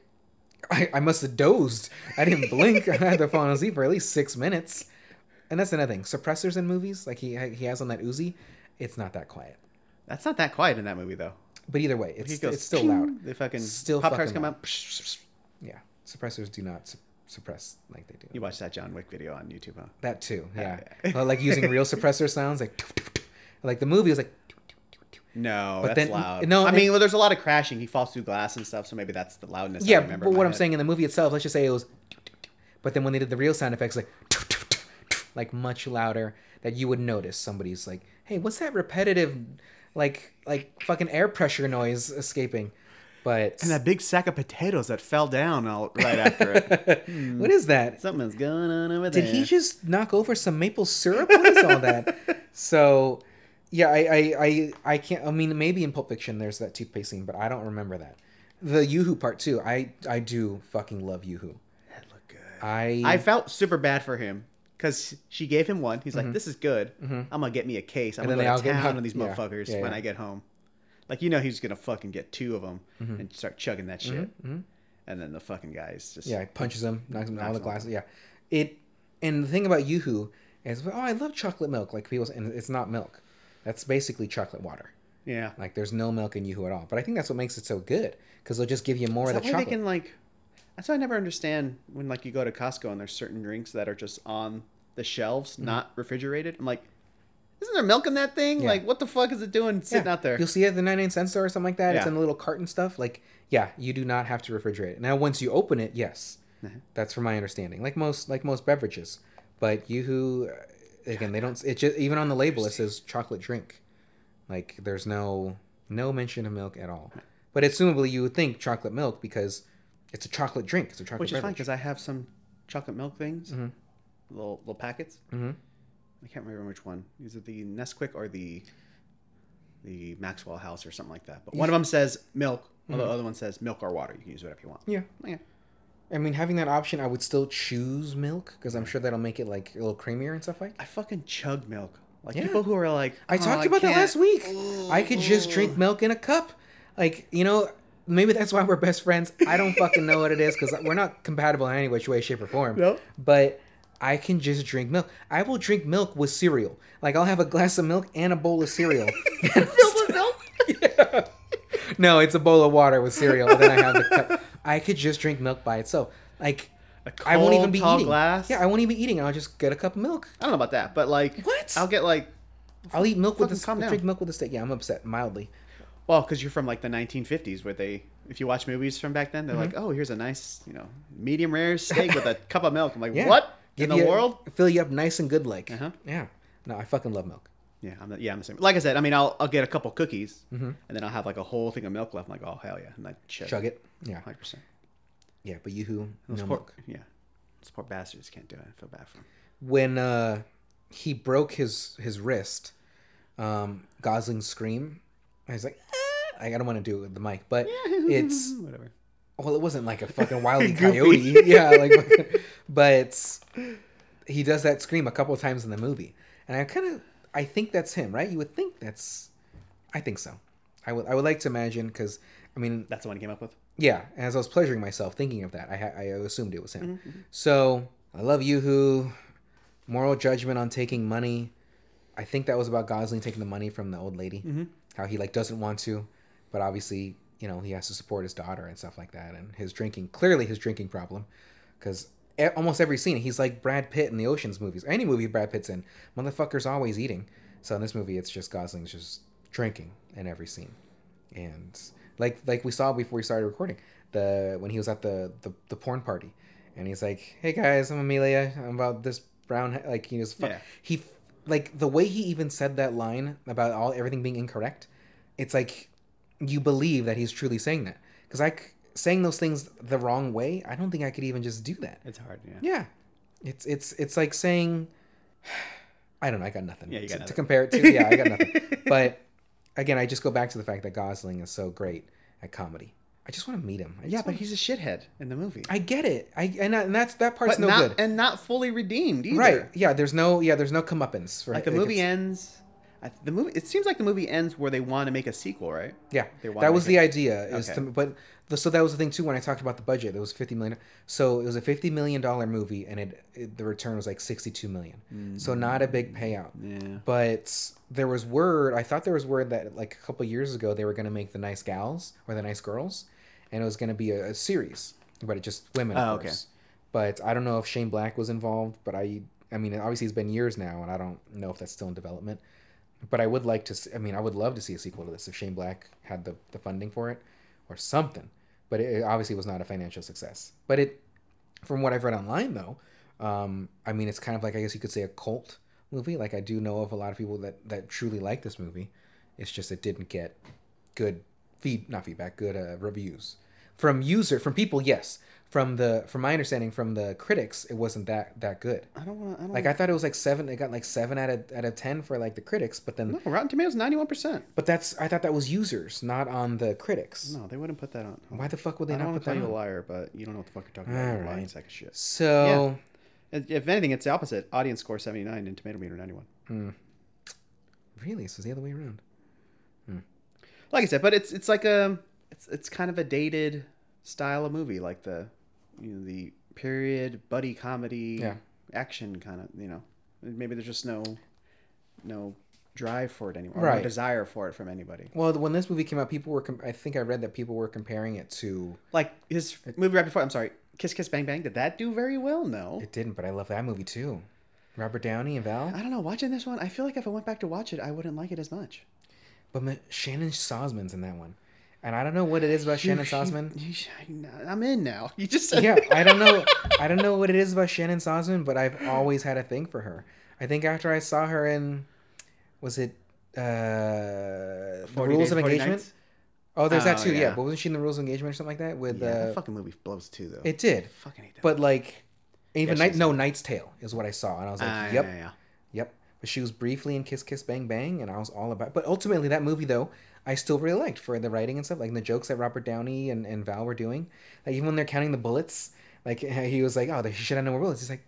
S1: i, I must have dozed i didn't blink i had the phone asleep for at least six minutes and that's another thing suppressors in movies like he he has on that Uzi it's not that quiet
S2: That's not that quiet in that movie though.
S1: but either way
S2: He
S1: it's,
S2: goes,
S1: it's still
S2: "Ching!"
S1: loud
S2: The fucking
S1: Still
S2: pop tarts
S1: fucking
S2: come
S1: loud.
S2: out. Psh, psh, psh.
S1: yeah suppressors do not su- suppress like they do
S2: You watch that John Wick video on YouTube, huh?
S1: that too yeah
S2: yeah.
S1: Well, like using real suppressor sounds like like the movie was like
S2: No,
S1: But then-
S2: that's loud.
S1: no,
S2: No, I
S1: it-
S2: mean, well, there's a lot of crashing. He falls through glass and stuff, so maybe that's the loudness. I
S1: yeah
S2: remember
S1: but
S2: in
S1: what
S2: my
S1: i'm
S2: head.
S1: saying in the movie itself let's just say it was but then when they did the real sound effects like like much louder that you would notice somebody's like hey what's that repetitive like like fucking air pressure noise escaping but
S2: And that big sack of potatoes that fell down all, right after it.
S1: what is that
S2: Something's going on over there.
S1: did he just knock over some maple syrup what is all that so yeah I, I i i can't i mean maybe in pulp fiction there's that toothpaste scene but i don't remember that the yoo-hoo part too i i do fucking love yoo-hoo
S2: That looked good.
S1: i
S2: I felt super bad for him because she gave him one. He's like, "This is good. I'm gonna get me a case. I'm
S1: Mm-hmm. And then
S2: gonna
S1: they
S2: go
S1: all
S2: to
S1: get
S2: town
S1: hung-
S2: on these
S1: yeah,
S2: motherfuckers
S1: yeah,
S2: when
S1: yeah.
S2: I get home." Like you know, he's gonna fucking get two of them
S1: Mm-hmm.
S2: and start chugging that shit. And then the fucking guys just
S1: Yeah, he punches him, knocks him out of the
S2: Knocks
S1: glasses.
S2: him
S1: Yeah, it. And the thing about YooHoo is, oh, I love chocolate milk. Like people, and it's not milk. That's basically chocolate water.
S2: yeah.
S1: Like there's no milk in YooHoo at all. But I think that's what makes it so good because they'll just give you more of
S2: Is
S1: the
S2: that why they
S1: chocolate.
S2: can like? That's why I never understand when like you go to Costco and there's certain drinks that are just on the shelves,
S1: Mm-hmm.
S2: not refrigerated. I'm like, isn't there milk in that thing?
S1: Yeah.
S2: Like, what the fuck is it doing sitting
S1: Yeah.
S2: out there?
S1: You'll see it at the 99 cent store or something like that. It's
S2: Yeah.
S1: in the little carton stuff. Like, yeah, you do not have to refrigerate it. Now, once you open it, yes, that's from my understanding. Like most, like most beverages, but YooHoo, uh, again, they don't. It just even on the label it says chocolate drink. Like, there's no no mention of milk at all. But assumably, you would think chocolate milk because it's a chocolate drink. It's a chocolate
S2: Which is fine
S1: beverage. Mm-hmm.
S2: because I have some chocolate milk things, little little packets.
S1: Mhm.
S2: I can't remember which one. Is it the Nesquik or the the Maxwell House or something like that? But one of them says milk, while
S1: Mm-hmm.
S2: the other one says milk or water. You can use whatever you want.
S1: Yeah.
S2: Yeah.
S1: I mean, having that option, I would still choose milk because I'm sure that'll make it like a little creamier and stuff like.
S2: I fucking chug milk. Like
S1: Yeah.
S2: people who are like,
S1: I
S2: "Oh,
S1: talked about that
S2: can't."
S1: last week.
S2: Ooh,
S1: I could just
S2: ooh.
S1: drink milk in a cup. Like, you know, maybe that's why we're best friends. I don't fucking know what it is because we're not compatible in any which way, shape, or form.
S2: No.
S1: But I can just drink milk. I will drink milk with cereal. Like, I'll have a glass of milk and a bowl of cereal.
S2: Filled with milk.
S1: no, it's a bowl of water with cereal. And then I have the cup. I could just drink milk by itself. Like,
S2: A
S1: I won't even
S2: cold,
S1: be
S2: tall
S1: eating.
S2: glass.
S1: Yeah, I won't even be eating. I'll just get a cup of milk.
S2: I don't know about that, but like,
S1: What?
S2: I'll get like,
S1: I'll eat milk with
S2: Fucking
S1: the
S2: calm down.
S1: drink milk with the steak. Yeah, I'm upset mildly.
S2: well, because you're from like the 1950s, where they, if you watch movies from back then, they're
S1: Mm-hmm.
S2: like, oh, here's a nice, you know, medium rare steak with a cup of milk. I'm like,
S1: Yeah.
S2: what
S1: Give
S2: in the
S1: you-
S2: world?
S1: Fill you up nice and good, like.
S2: Uh-huh.
S1: Yeah. No, I fucking love milk.
S2: Yeah, I'm the, yeah, I'm the same. Like I said, I mean, I'll I'll get a couple cookies, and then I'll have like a whole thing of milk left. I'm like, oh hell yeah, and like chug,
S1: Mm-hmm. Chug it. Yeah.
S2: 100. percent
S1: Yeah, but yoo-hoo,
S2: Those
S1: no
S2: poor,
S1: milk.
S2: yeah, those poor bastards can't do it. I feel bad for them.
S1: When uh, he broke his his wrist, um, Gosling's scream. I was like, "Ah." I don't want to do it with the mic, but it's
S2: whatever.
S1: well, it wasn't like a fucking wily
S2: Goofy.
S1: coyote. yeah, like, but he does that scream a couple of times in the movie, and I kind of I think that's him, right? You would think that's, I think so. I would I would like to imagine because I mean,
S2: That's the one he came up with.
S1: yeah. As I was pleasuring myself thinking of that, I ha- I assumed it was him. So I love you. Who moral judgment on taking money? I think that was about Gosling taking the money from the old lady.
S2: Mhm.
S1: How he like doesn't want to, but obviously you know he has to support his daughter and stuff like that, and his drinking clearly his drinking problem, because almost every scene he's like Brad Pitt in the Ocean's movies. Any movie Brad Pitt's in, motherfucker's always eating. So in this movie, it's just Gosling's just drinking in every scene, and like like we saw before we started recording the when he was at the the, the porn party and he's like hey guys i'm amelia i'm about this brown ha-" like he was fu-
S2: Yeah.
S1: he like the way he even said that line about all everything being incorrect it's like you believe that he's truly saying that because i c- saying those things the wrong way i don't think i could even just do that
S2: It's hard. Yeah.
S1: yeah it's it's it's like saying i don't know i got nothing
S2: Yeah, you got
S1: to, to
S2: nothing.
S1: compare it to yeah i got nothing but again i just go back to the fact that gosling is so great at comedy i just want to meet him I
S2: yeah,
S1: just
S2: but
S1: wanna-
S2: he's a shithead in the movie.
S1: I get it. I and, and that's that part's
S2: but
S1: no
S2: not
S1: good.
S2: and not fully redeemed either.
S1: Right. Yeah, there's no yeah, there's no comeuppance for
S2: Like the movie
S1: it's-
S2: ends. I, the movie. It seems like the movie ends where they want to make a sequel, right?
S1: Yeah.
S2: They wanna
S1: That was
S2: make
S1: the idea is
S2: Okay.
S1: to, but the, so that was the thing too when I talked about the budget. It was 50 million. So it was a 50 million dollar movie and it, it the return was like 62 million.
S2: Mm.
S1: So not a big payout.
S2: Yeah.
S1: But there was word, I thought there was word that like a couple years ago they were going to make the nice gals or the nice girls and it was going to be a, a series, but it just women of
S2: Oh, okay.
S1: course. But I don't know if Shane Black was involved, but I I mean obviously it's been years now and I don't know if that's still in development. But I would like to see, I mean I would love to see a sequel to this if Shane Black had the the funding for it or something. But it, it obviously was not a financial success. But it from what I've read online though, um, I mean it's kind of like I guess you could say a cult movie. Like I do know of a lot of people that that truly like this movie. It's just it didn't get good feed not feedback, good uh, reviews from user from people. Yes, from the from my understanding from the critics, it wasn't that that good.
S2: I don't want to.
S1: Like I thought it was like seven. It got like seven out of out of ten for like the critics, but then
S2: No, Rotten Tomatoes ninety one percent.
S1: but that's I thought that was users, not on the critics.
S2: No, they wouldn't put that on.
S1: Why the fuck would they
S2: I don't
S1: not
S2: want
S1: put
S2: to
S1: that
S2: call you a
S1: on?
S2: liar, but you don't know what the fuck you're talking about. You're lying
S1: Alright.
S2: sack of shit.
S1: So.
S2: If if anything, it's the opposite. Audience score seventy nine and tomato meter ninety one.
S1: Really? So it's the other way around.
S2: Like I said, but it's it's like a it's it's kind of a dated style of movie, like the you know, the period buddy comedy
S1: Yeah.
S2: action kind of you know maybe there's just no no drive for it anymore, or
S1: Right.
S2: no desire for it from anybody.
S1: Well, when this movie came out, people were. Com- I think I read that people were comparing it to.
S2: Like his movie right before. I'm sorry, Kiss Kiss Bang Bang. Did that do very well? No.
S1: It didn't, but I love that movie too. Robert Downey and Val.
S2: I don't know. Watching this one, I feel like if I went back to watch it, I wouldn't like it as much.
S1: But Ma- Shannon Sosman's in that one, and I don't know what it is about Shannon
S2: You-
S1: Sosman.
S2: you- you- I'm in now. You just said
S1: yeah, I don't know. I don't know what it is about Shannon Sosman, but I've always had a thing for her. I think after I saw her in, was it uh, the
S2: 40
S1: Rules
S2: days,
S1: of
S2: 40
S1: Engagement?
S2: nights?
S1: Oh, there's that
S2: Oh,
S1: too. Yeah.
S2: yeah.
S1: but wasn't she in the Rules of Engagement or something like that? With
S2: Yeah,
S1: uh,
S2: that fucking movie blows too, though.
S1: it did,
S2: fucking hate that.
S1: but like even
S2: Yeah,
S1: night
S2: she's-
S1: no Knight's Tale is what I saw, and I was like,
S2: Ah,
S1: yep.
S2: yeah, yeah.
S1: Yep. But she was briefly in Kiss Kiss Bang Bang, and I was all about. But ultimately, that movie though, I still really liked for the writing and stuff, like the jokes that Robert Downey and, and Val were doing. Like even when they're counting the bullets, like he was like, "Oh, they should have no more bullets." He's like,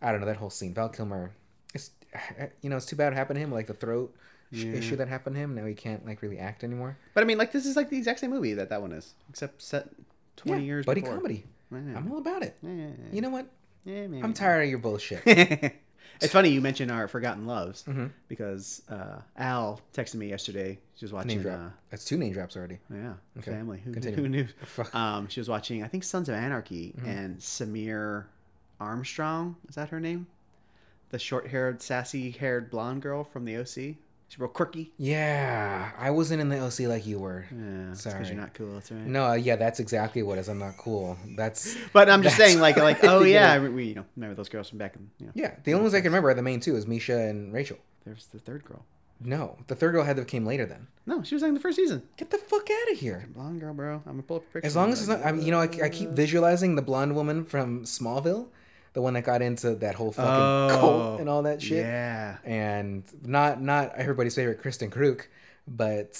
S1: "I don't know that whole scene." Val Kilmer, it's you know, it's too bad it happened to him, like the throat sh
S2: Yeah.
S1: issue that happened to him. Now he can't like really act anymore.
S2: But I mean, like this is like the exact same movie that that one is, except set twenty
S1: Yeah,
S2: years
S1: buddy
S2: before.
S1: comedy.
S2: Yeah,
S1: I'm all about it.
S2: yeah, yeah,
S1: You know what?
S2: yeah, maybe.
S1: I'm tired of your bullshit.
S2: it's funny you mentioned our forgotten loves
S1: Mhm.
S2: because uh, Al texted me yesterday. She was
S1: Name
S2: watching.
S1: drop.
S2: Uh,
S1: That's two name drops already.
S2: yeah,
S1: Okay,
S2: family. Who,
S1: continue. Mm-hmm.
S2: who knew?
S1: Fuck.
S2: Um, she was watching. I think Sons of Anarchy and Samir Armstrong. Is that her name? The short-haired, sassy-haired blonde girl from the OC. She's real quirky.
S1: Yeah, I wasn't in the OC like you were.
S2: Yeah, because
S1: Sorry.
S2: you're not cool. That's all right.
S1: No, uh, yeah, that's exactly what it is. I'm not cool. That's
S2: But I'm just
S1: That's
S2: saying, like, like,
S1: what I
S2: oh
S1: think it
S2: yeah, we you know remember those girls from back in you know.
S1: yeah. The only ones I can remember are the main two is Misha and Rachel.
S2: There's the third girl.
S1: No, the third girl had that came later. Then
S2: No, she was in the first season.
S1: get the fuck out of here.
S2: Blonde girl, bro. I'm gonna pull up a picture.
S1: As long as it's not, I mean, you know, I, I keep visualizing the blonde woman from Smallville, the one that got into that whole fucking
S2: Oh,
S1: cult and all that shit,
S2: Yeah.
S1: and not not everybody's favorite Kristen Krug, but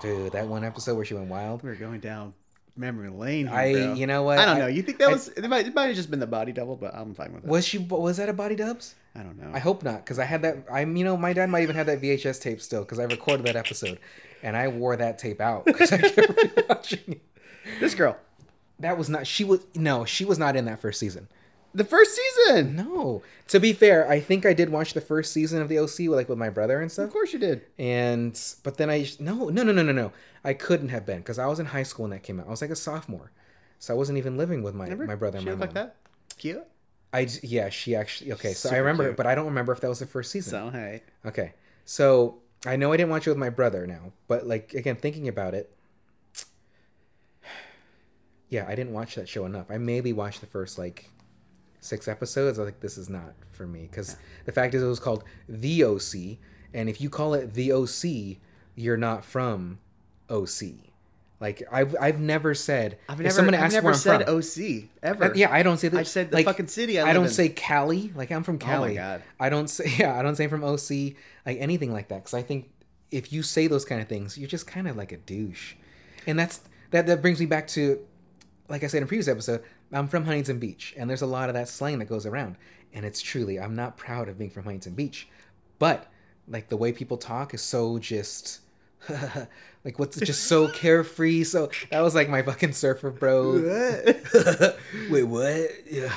S1: dude, that one episode where she went wild.
S2: We're going down memory lane. Here,
S1: I,
S2: bro.
S1: you know what?
S2: I don't know. You think that was it might, it might have just been the body double, but I'm fine with it.
S1: Was she was that a body dubs?
S2: I don't know.
S1: I hope not, because I had that. I'm, you know, my dad might even have that VHS tape still, because I recorded that episode. and I wore that tape out because I kept rewatching it.
S2: This girl,
S1: That was not. She was no. She was not in that first season.
S2: the first season.
S1: No. To be fair, I think I did watch the first season of the OC with, like with my brother and
S2: Of
S1: stuff.
S2: course you did.
S1: And but then I no no no no no no I couldn't have been because I was in high school when that came out. I was like a sophomore, so I wasn't even living with my
S2: Remember?
S1: my brother and
S2: She
S1: my
S2: looked
S1: mom.
S2: like that. Cute.
S1: I j- yeah she actually okay so I
S2: Super
S1: remember
S2: cute.
S1: but I don't remember if that was the first season.
S2: So hey,
S1: Okay. So I know I didn't watch it with my brother now, but like again, thinking about it. Yeah, I didn't watch that show enough. I maybe watched the first like six episodes. I was like, this is not for me. Because the fact is, it was called The OC. And if you call it The OC, you're not from OC. Like, I've, I've never said,
S2: I've
S1: if
S2: never,
S1: someone
S2: I've
S1: asks
S2: never
S1: where I'm
S2: said
S1: from,
S2: OC ever.
S1: yeah, I don't say that.
S2: I said the
S1: like,
S2: fucking city. I,
S1: I,
S2: live
S1: don't
S2: in. Oh
S1: say Cali. Like I'm from Cali.
S2: God.
S1: I don't say yeah. I don't say I'm from OC. Like anything like that. Because I think if you say those kind of things, you're just kind of like a douche. And that's that. That brings me back to, like I said in a previous episode, I'm from Huntington Beach, and there's a lot of that slang that goes around. And it's truly, I'm not proud of being from Huntington Beach, but like the way people talk is so just. like what's just so carefree so that was like my fucking surfer bro wait what yeah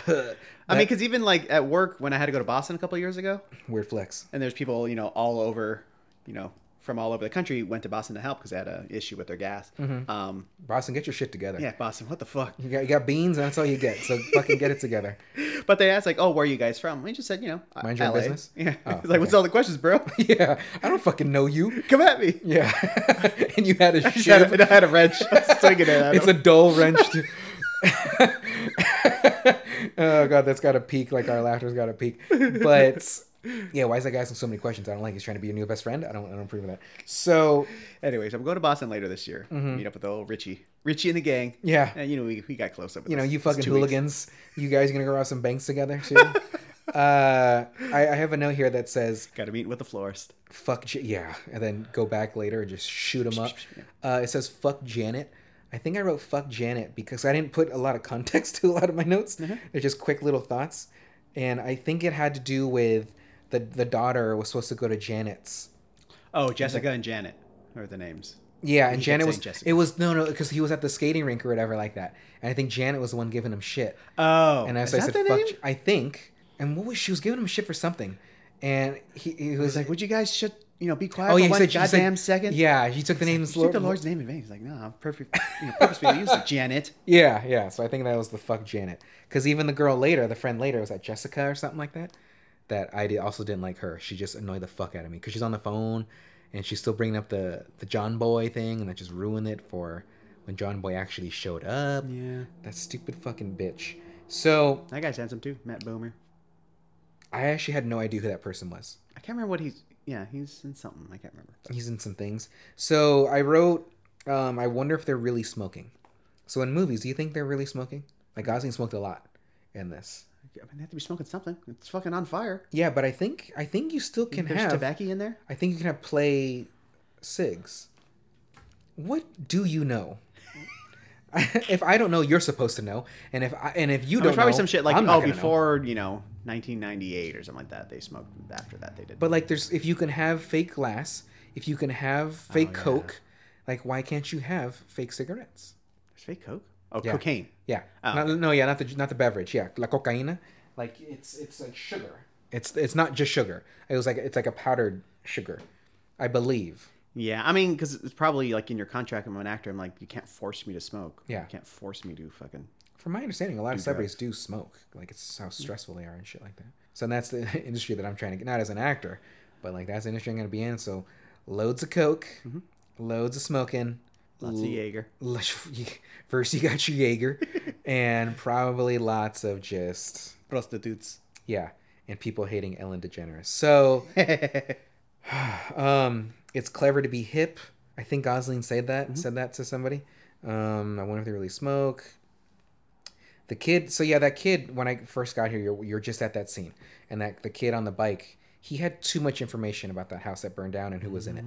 S2: I mean, because even like at work when I had to go to Boston a couple years ago,
S1: Weird flex.
S2: and there's people you know all over, you know, from all over the country went to Boston to help because they had an issue with their gas.
S1: Mm-hmm.
S2: Um,
S1: Boston, get your shit together.
S2: yeah, Boston, what the fuck?
S1: You got, you got beans, and that's all you get. So fucking get it together.
S2: But they asked like, "Oh, where are you guys from?" We just said, you know, uh,
S1: Mind your own
S2: LA.
S1: business?
S2: Yeah,
S1: Oh,
S2: it's like, what's all the questions, bro?
S1: Yeah, I don't fucking know you.
S2: Come at me.
S1: Yeah, and you had a
S2: I, just had
S1: shiv.
S2: a, I had a wrench. I was swinging it at
S1: It's a
S2: him.
S1: dull wrench. To... oh god, that's got a peak. Like our laughter's got a peak. But yeah, why is that guy asking so many questions? I don't like. He's trying to be your new best friend. I don't. I don't approve of that. So
S2: Anyways, I'm going to Boston later this year.
S1: Mm-hmm.
S2: Meet up with the old Richie, Richie and the gang.
S1: yeah,
S2: And you know, we, we got close up. With
S1: you know,
S2: this.
S1: you
S2: It's
S1: fucking
S2: two weeks.
S1: hooligans. You guys gonna go rob some banks together too? uh, I, I have a note here that says
S2: Got to meet with the florist.
S1: fuck J- yeah and then go back later and just shoot him up uh, it says fuck janet i think i wrote fuck janet because i didn't put a lot of context to a lot of my notes
S2: Mm-hmm.
S1: they're just quick little thoughts and i think it had to do with the the daughter was supposed to go to janet's
S2: Oh, Jessica and Janet are the names.
S1: yeah and
S2: kept
S1: janet
S2: saying
S1: was
S2: Jessica.
S1: it was no no because he was at the skating rink or whatever like that and i think janet was the one giving him shit
S2: Oh,
S1: and
S2: and
S1: I,
S2: is
S1: so I
S2: that
S1: said
S2: the
S1: fuck
S2: name?
S1: J- i think and what was she was giving him shit for something and he, he was
S2: He's like,
S1: like
S2: would you guys shut? You know, be quiet.
S1: oh
S2: for
S1: yeah he
S2: one
S1: said she said-
S2: goddamn second.
S1: yeah he took the
S2: You
S1: names
S2: took the Lord's name in vain. He's like, no, I'm perfect. You know, purposefully used it, Janet.
S1: Yeah, yeah. So I think that was the fuck Janet. Because even the girl later, the friend later, was that Jessica or something like that? That I did, also didn't like her. She just annoyed the fuck out of me because she's on the phone and she's still bringing up the the John Boy thing and that just ruined it for when John Boy actually showed up.
S2: Yeah,
S1: That stupid fucking bitch. So
S2: that guy's handsome too, Matt Boomer.
S1: I actually had no idea who that person was.
S2: I can't remember what he's. Yeah, he's in something. I can't remember.
S1: He's in some things. So I wrote, um, I wonder if they're really smoking. So in movies, do you think they're really smoking? Like Gosling smoked a lot in this.
S2: I mean, they have to be smoking something. It's fucking on fire.
S1: Yeah, but I think I think you still can
S2: There's
S1: have.
S2: tobacco in there.
S1: I think you can have play SIGs. What do you know? if I don't know, you're supposed to know, and if I, and if you
S2: It
S1: don't,
S2: was probably
S1: know,
S2: some shit like
S1: I'm not
S2: oh,
S1: gonna know.
S2: before you know, 1998 or something like that. They smoked after that. They did.
S1: But like, there's if you can have fake glass, if you can have fake
S2: Oh, yeah.
S1: Coke, like why can't you have fake cigarettes?
S2: There's fake coke. Oh,
S1: Yeah.
S2: cocaine.
S1: Yeah,
S2: Oh.
S1: Not- no, yeah, not the not the beverage. Yeah, la cocaína. Like it's it's like sugar. It's it's not just sugar. It was like it's like a powdered sugar, I believe.
S2: Yeah, I mean, because it's probably like in your contract. I'm an actor. I'm like, you can't force me to smoke.
S1: Yeah.
S2: you can't force me to fucking.
S1: From my understanding, a lot of celebrities do smoke. Like it's how stressful they are and shit like that. So that's the industry that I'm trying to get. Not as an actor, but like that's the industry I'm going to be in. So loads of coke, loads of smoking.
S2: Mm-hmm. Lots
S1: l-
S2: of Jaeger.
S1: l- First you got your Jaeger, and probably lots of just
S2: Prostitutes.
S1: yeah, and people hating Ellen DeGeneres. So
S2: That's
S1: um, it's clever to be hip. I think Gosling said that said that to somebody. Um, I wonder if they really smoke. The kid, so yeah, that kid. When I first got here, you're you're just at that scene, and that the kid on the bike, he had too much information about that house that burned down and who was in it.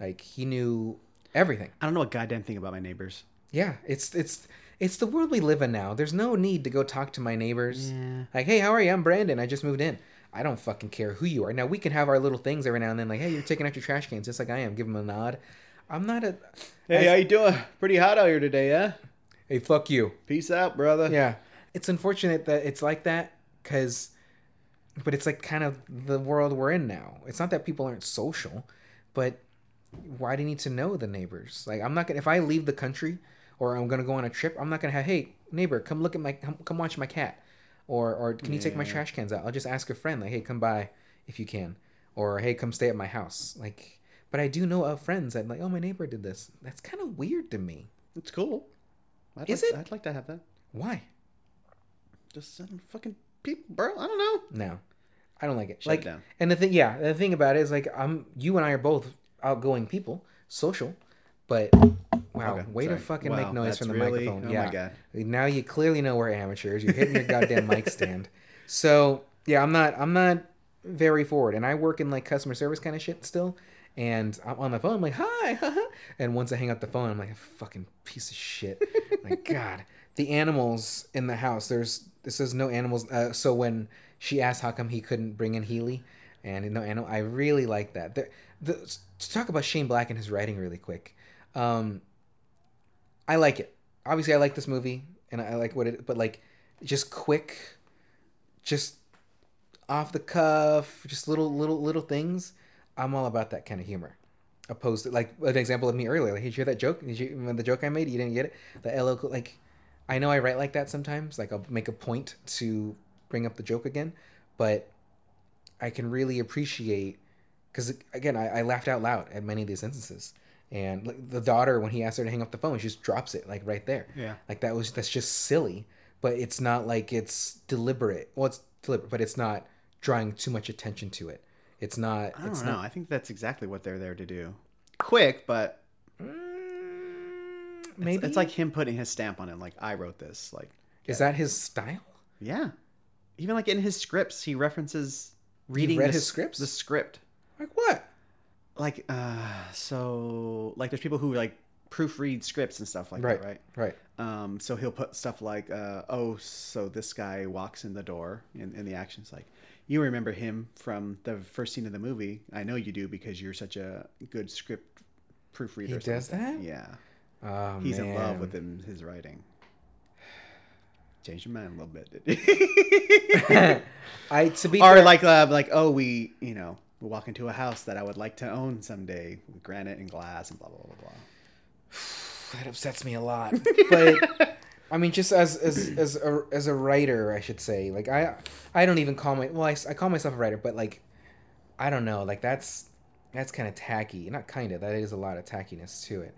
S1: Like he knew everything.
S2: I don't know a goddamn thing about my neighbors.
S1: Yeah, it's it's it's the world we live in now. There's no need to go talk to my neighbors.
S2: Yeah.
S1: Like, hey, how are you? I'm Brandon. I just moved in. I don't fucking care who you are. Now we can have our little things every now and then. Like, hey, you're taking out your trash cans, just like I am. Give them a nod. I'm not a.
S2: Hey, how you doing? Pretty hot out here today, yeah?
S1: Hey, fuck you.
S2: Peace out, brother.
S1: Yeah. It's unfortunate that it's like that because, but it's like kind of the world we're in now. It's not that people aren't social, but why do you need to know the neighbors? Like, I'm not going to, if I leave the country or I'm going to go on a trip, I'm not going to have, hey, neighbor, come look at my, come, come watch my cat. Or, or can you take my
S2: Yeah.
S1: trash cans out? I'll just ask a friend, like, hey, come by if you can. Or, hey, come stay at my house. Like, but I do know of friends that, like, oh, my neighbor did this. That's kind of weird to me.
S2: It's cool. I'd
S1: Is
S2: like,
S1: it?
S2: I'd like to have that.
S1: Why?
S2: Just some fucking people, bro. I don't know.
S1: No, I don't like it.
S2: Shut
S1: like,
S2: it down.
S1: and the thing, yeah, the thing about it is like, I'm you and I are both outgoing people, social, but wow,
S2: Okay,
S1: way to
S2: sorry.
S1: fucking
S2: Wow,
S1: make noise
S2: that's
S1: from the
S2: really-
S1: microphone.
S2: Oh
S1: yeah,
S2: my god.
S1: now you clearly know we're amateurs. You're hitting your goddamn mic stand. So yeah, I'm not, I'm not very forward, and I work in like customer service kind of shit still. And I'm on the phone, I'm like, hi, and once I hang up the phone, I'm like, a fucking piece of shit. like God, the animals in the house. There's it says no animals. Uh, so when she asked how come he couldn't bring in Healy, and no animal, I really like that. The, the, to talk about Shane Black and his writing really quick, um, I like it. Obviously, I like this movie and I like what it. But like, just quick, just off the cuff, just little little little things. I'm all about that kind of humor. Opposed to like an example of me earlier. Like, did you hear that joke? Did you remember the joke I made? You didn't get it. The LL Cool- like, I know I write like that sometimes. Like I'll make a point to bring up the joke again, but I can really appreciate because again I, I laughed out loud at many of these instances. And like, the daughter, when he asked her to hang up the phone, she just drops it like right there.
S2: Yeah.
S1: Like that was that's just silly, but it's not like it's deliberate. Well, it's deliberate, but it's not drawing too much attention to it. It's not.
S2: I don't
S1: it's
S2: know.
S1: Not,
S2: I think that's exactly what they're there to do. Quick, but
S1: Mm,
S2: it's,
S1: maybe
S2: it's like him putting his stamp on it. Like I wrote this. Like
S1: is that his style?
S2: yeah. Even like in his scripts, he references reading
S1: read
S2: the
S1: his
S2: s-
S1: scripts?
S2: The script.
S1: Like what?
S2: Like uh, so like there's people who like proofread scripts and stuff like
S1: Right.
S2: that, right?
S1: Right.
S2: Um, so he'll put stuff like, uh, "Oh, so this guy walks in the door," and, and the action's like, "You remember him from the first scene of the movie? I know you do because you're such a good script proofreader."
S1: He
S2: or something
S1: does
S2: like
S1: that?
S2: Yeah,
S1: Oh,
S2: he's in love
S1: man.
S2: with him, his writing. Changed your mind a little bit. Did
S1: I to be
S2: or
S1: fair-
S2: like, uh, like, oh, we, you know, we walk into a house that I would like to own someday, with granite and glass and blah blah blah blah. blah.
S1: that upsets me a lot. But I mean, just as as as a, as a writer, I should say, like I I don't even call my well, I, s- I call myself a writer, but like I don't know, like that's that's kind of tacky. Not kind of. That is a lot of tackiness to it.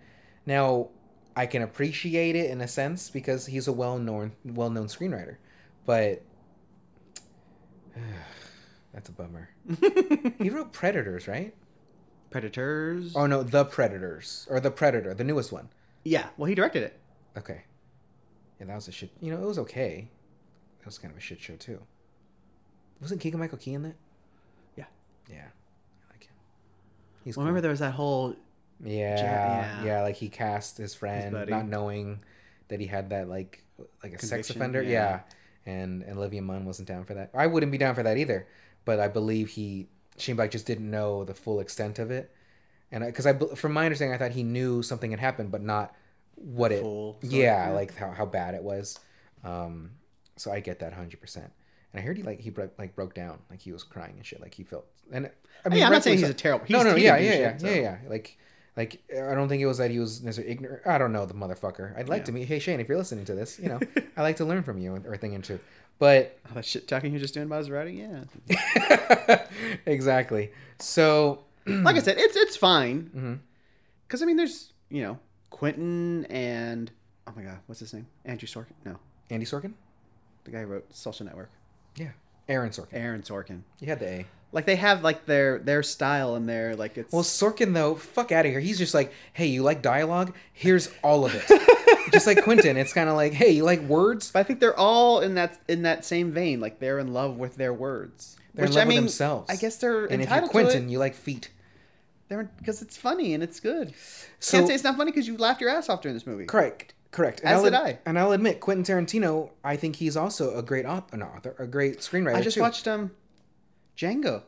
S1: Now I can appreciate it in a sense because he's a well known well known screenwriter, but. That's a bummer. He wrote Predators, right?
S2: Predators.
S1: Oh no, The Predators or The Predator, the newest one.
S2: Yeah, well, he directed it.
S1: Okay. Yeah, that was a shit. You know, it was okay. That was kind of a shit show too. Wasn't Keegan Michael Key in that?
S2: Yeah.
S1: Yeah. I like him. He's
S2: Well, remember there was that whole
S1: cool. yeah, yeah,
S2: yeah.
S1: like he cast his friend,
S2: buddy.
S1: not knowing that he had that like like a sex
S2: Conviction,
S1: offender. Yeah.
S2: yeah.
S1: And, and Olivia Munn wasn't down for that. I wouldn't be down for that either. But I believe he Shane Black just didn't know the full extent of it. And because I, bel- from my understanding, I thought he knew something had happened, but not what it
S2: full. sort of-
S1: yeah, like how, how bad it was. Um, so I get that hundred percent. And I heard he like he broke like broke down, like he was crying and shit, like he felt. And I
S2: Oh, yeah, I'm not
S1: rightfully
S2: saying he's
S1: so.
S2: a terrible. He's,
S1: no, no,
S2: he
S1: yeah,
S2: did
S1: yeah,
S2: do
S1: yeah,
S2: shit,
S1: yeah,
S2: so.
S1: yeah. Like, like I don't think it was that he was necessarily ignorant. I don't know the motherfucker. I'd like
S2: Yeah.
S1: to meet. Hey Shane, if you're listening to this, you know, I like to learn from you and- or a thing or two. But
S2: All that shit talking you're just doing about his writing. Yeah,
S1: exactly. So
S2: like I said, it's it's fine
S1: mhm.
S2: because I mean, there's you know Quentin and oh my god, what's his name? Andrew Sorkin? No,
S1: Andy Sorkin,
S2: the guy who wrote Social Network.
S1: Aaron Sorkin.
S2: Aaron Sorkin.
S1: You had the A.
S2: Like they have like their their style and their like it's
S1: Well, Sorkin though, fuck out of here. He's just like, hey, you like dialogue? Here's all of it. just like Quentin, it's kind of like, hey, you like words?
S2: But I think they're all in that in that same vein. Like they're in love with their words.
S1: They're in
S2: Which,
S1: love
S2: I
S1: with
S2: mean,
S1: themselves.
S2: I guess they're
S1: And if you're
S2: entitled to
S1: Quentin,
S2: it.
S1: you like feet.
S2: They're because it's funny and it's good.
S1: So
S2: Can't say it's not funny because you laughed your ass off during this movie.
S1: correct, correct. And
S2: As
S1: I'll
S2: did
S1: ad-
S2: I.
S1: And I'll admit, Quentin Tarantino, I think he's also a great author, not author, a great screenwriter.
S2: I just
S1: too.
S2: watched um Django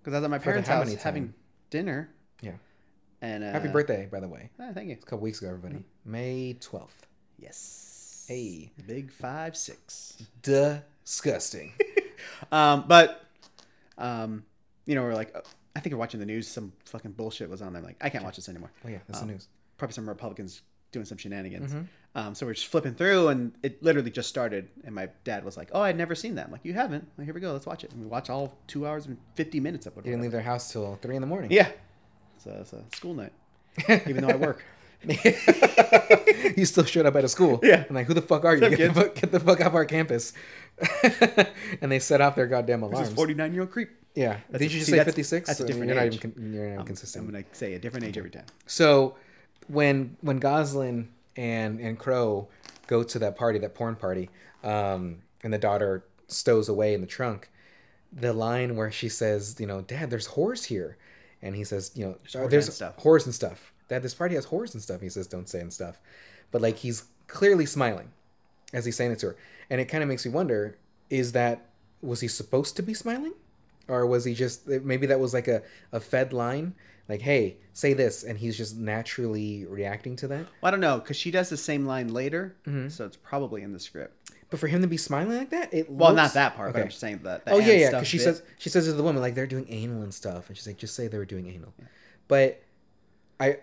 S2: because I was at my
S1: For the
S2: parents'
S1: how
S2: house
S1: many
S2: having
S1: time?
S2: dinner.
S1: Yeah.
S2: And uh,
S1: Happy birthday, by the way.
S2: ah, thank you.
S1: It's a couple weeks ago, everybody.
S2: Mm-hmm.
S1: May 12th.
S2: Yes.
S1: Hey.
S2: The Big five six.
S1: Mm-hmm. Disgusting.
S2: Um, but um, you know, we're like, oh, I think we're watching the news. Some fucking bullshit was on there. Like, I can't watch this anymore.
S1: oh, yeah, that's
S2: Um,
S1: the news.
S2: Probably some Republicans doing some shenanigans.
S1: Mhm.
S2: Um, so we're just flipping through, and it literally just started. And my dad was like, "Oh, I'd never seen that." I'm like, "You haven't? Well, here we go. Let's watch it." And we watch all two hours and fifty minutes of it.
S1: They didn't leave their house till 3 in the morning.
S2: Yeah. So it's a school night, even though I work.
S1: you still showed up at a school.
S2: Yeah.
S1: I'm like, who the fuck are you?
S2: What's up,
S1: Get the fuck, get the fuck off our campus. and they set off their goddamn
S2: This
S1: alarms.
S2: is forty-nine year old creep.
S1: yeah. Did
S2: That's a-
S1: you just
S2: see,
S1: say
S2: that's-
S1: 56?
S2: that's a
S1: I mean,
S2: different
S1: you're
S2: age.
S1: Not even, con- you're not even consistent.
S2: I'm gonna say a different age every time.
S1: So when when Goslin and and Crow go to that party, that porn party, um, and the daughter stows away in the trunk, the line where she says, you know, Dad, there's whores here, and he says, you know,
S2: whores
S1: "Oh, there's
S2: and stuff."
S1: whores and stuff. Dad, this party has whores and stuff. He says, don't say and stuff, but like he's clearly smiling as he's saying it to her, and it kind of makes me wonder: is that was he supposed to be smiling? or was he just maybe that was like a, a fed line like hey say this and he's just naturally reacting to that
S2: Well, I don't know because she does the same line later, so it's probably in the script.
S1: but for him to be smiling like that it
S2: Well, not
S1: looks-
S2: that part, but I'm
S1: okay.
S2: just saying that.
S1: oh yeah yeah because she says she says to the woman like they're doing anal and stuff and she's like just say they were doing anal but i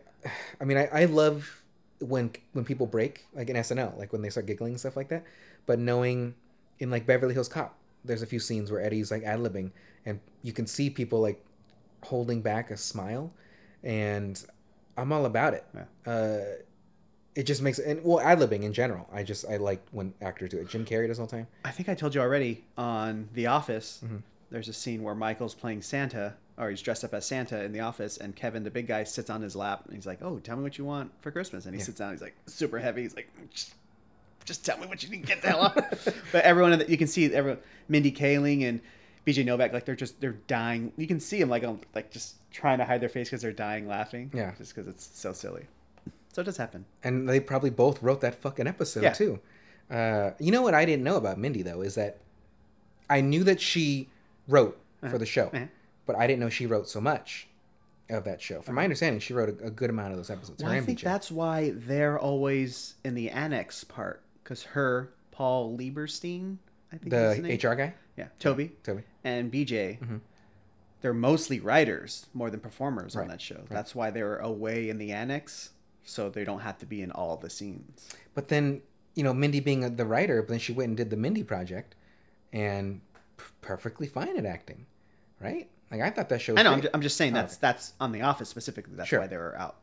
S1: i mean i, I love when when people break like in snl like when they start giggling and stuff like that but knowing in like beverly hills cop there's a few scenes where eddie's like ad-libbing and you can see people like holding back a smile and i'm all about it uh it just makes and well ad-libbing in general i just i like when actors do it jim carrey does all the time
S2: I think I told you already on The Office.
S1: Mhm.
S2: There's a scene where Michael's playing Santa, or he's dressed up as Santa in the office, and Kevin, the big guy, sits on his lap and he's like, "Oh, tell me what you want for Christmas." And he
S1: Yeah.
S2: sits down. He's like super heavy. He's like, "Just, just tell me what you need. Get the hell out." but everyone in the- you can see everyone, Mindy Kaling and BJ Novak, like they're just they're dying. You can see them like on- like just trying to hide their face because they're dying laughing.
S1: Yeah.
S2: just because it's so silly. So it does happen.
S1: and they probably both wrote that fucking episode
S2: Yeah.
S1: too. Uh, you know what I didn't know about Mindy though is that I knew that she wrote for the show,
S2: Uh-huh.
S1: but I didn't know she wrote so much of that show. From my understanding, she wrote a, a good amount of those episodes.
S2: Well,
S1: Her
S2: I
S1: and
S2: think
S1: BJ.
S2: that's why they're always in the annex part because her, Paul Lieberstein, I think is his name.
S1: the HR guy,
S2: yeah, Toby
S1: Toby.
S2: and BJ,
S1: Mhm.
S2: they're mostly writers more than performers on
S1: Right,
S2: that show. That's why they're away in the annex, so they don't have to be in all the scenes.
S1: But then you know Mindy being the writer, but then she went and did the Mindy project, and p- perfectly fine at acting, right? Like I thought that show. Was
S2: I know. I'm,
S1: great.
S2: ju- I'm just saying
S1: Oh,
S2: that's that's on the office specifically. That's
S1: Sure.
S2: why they're out.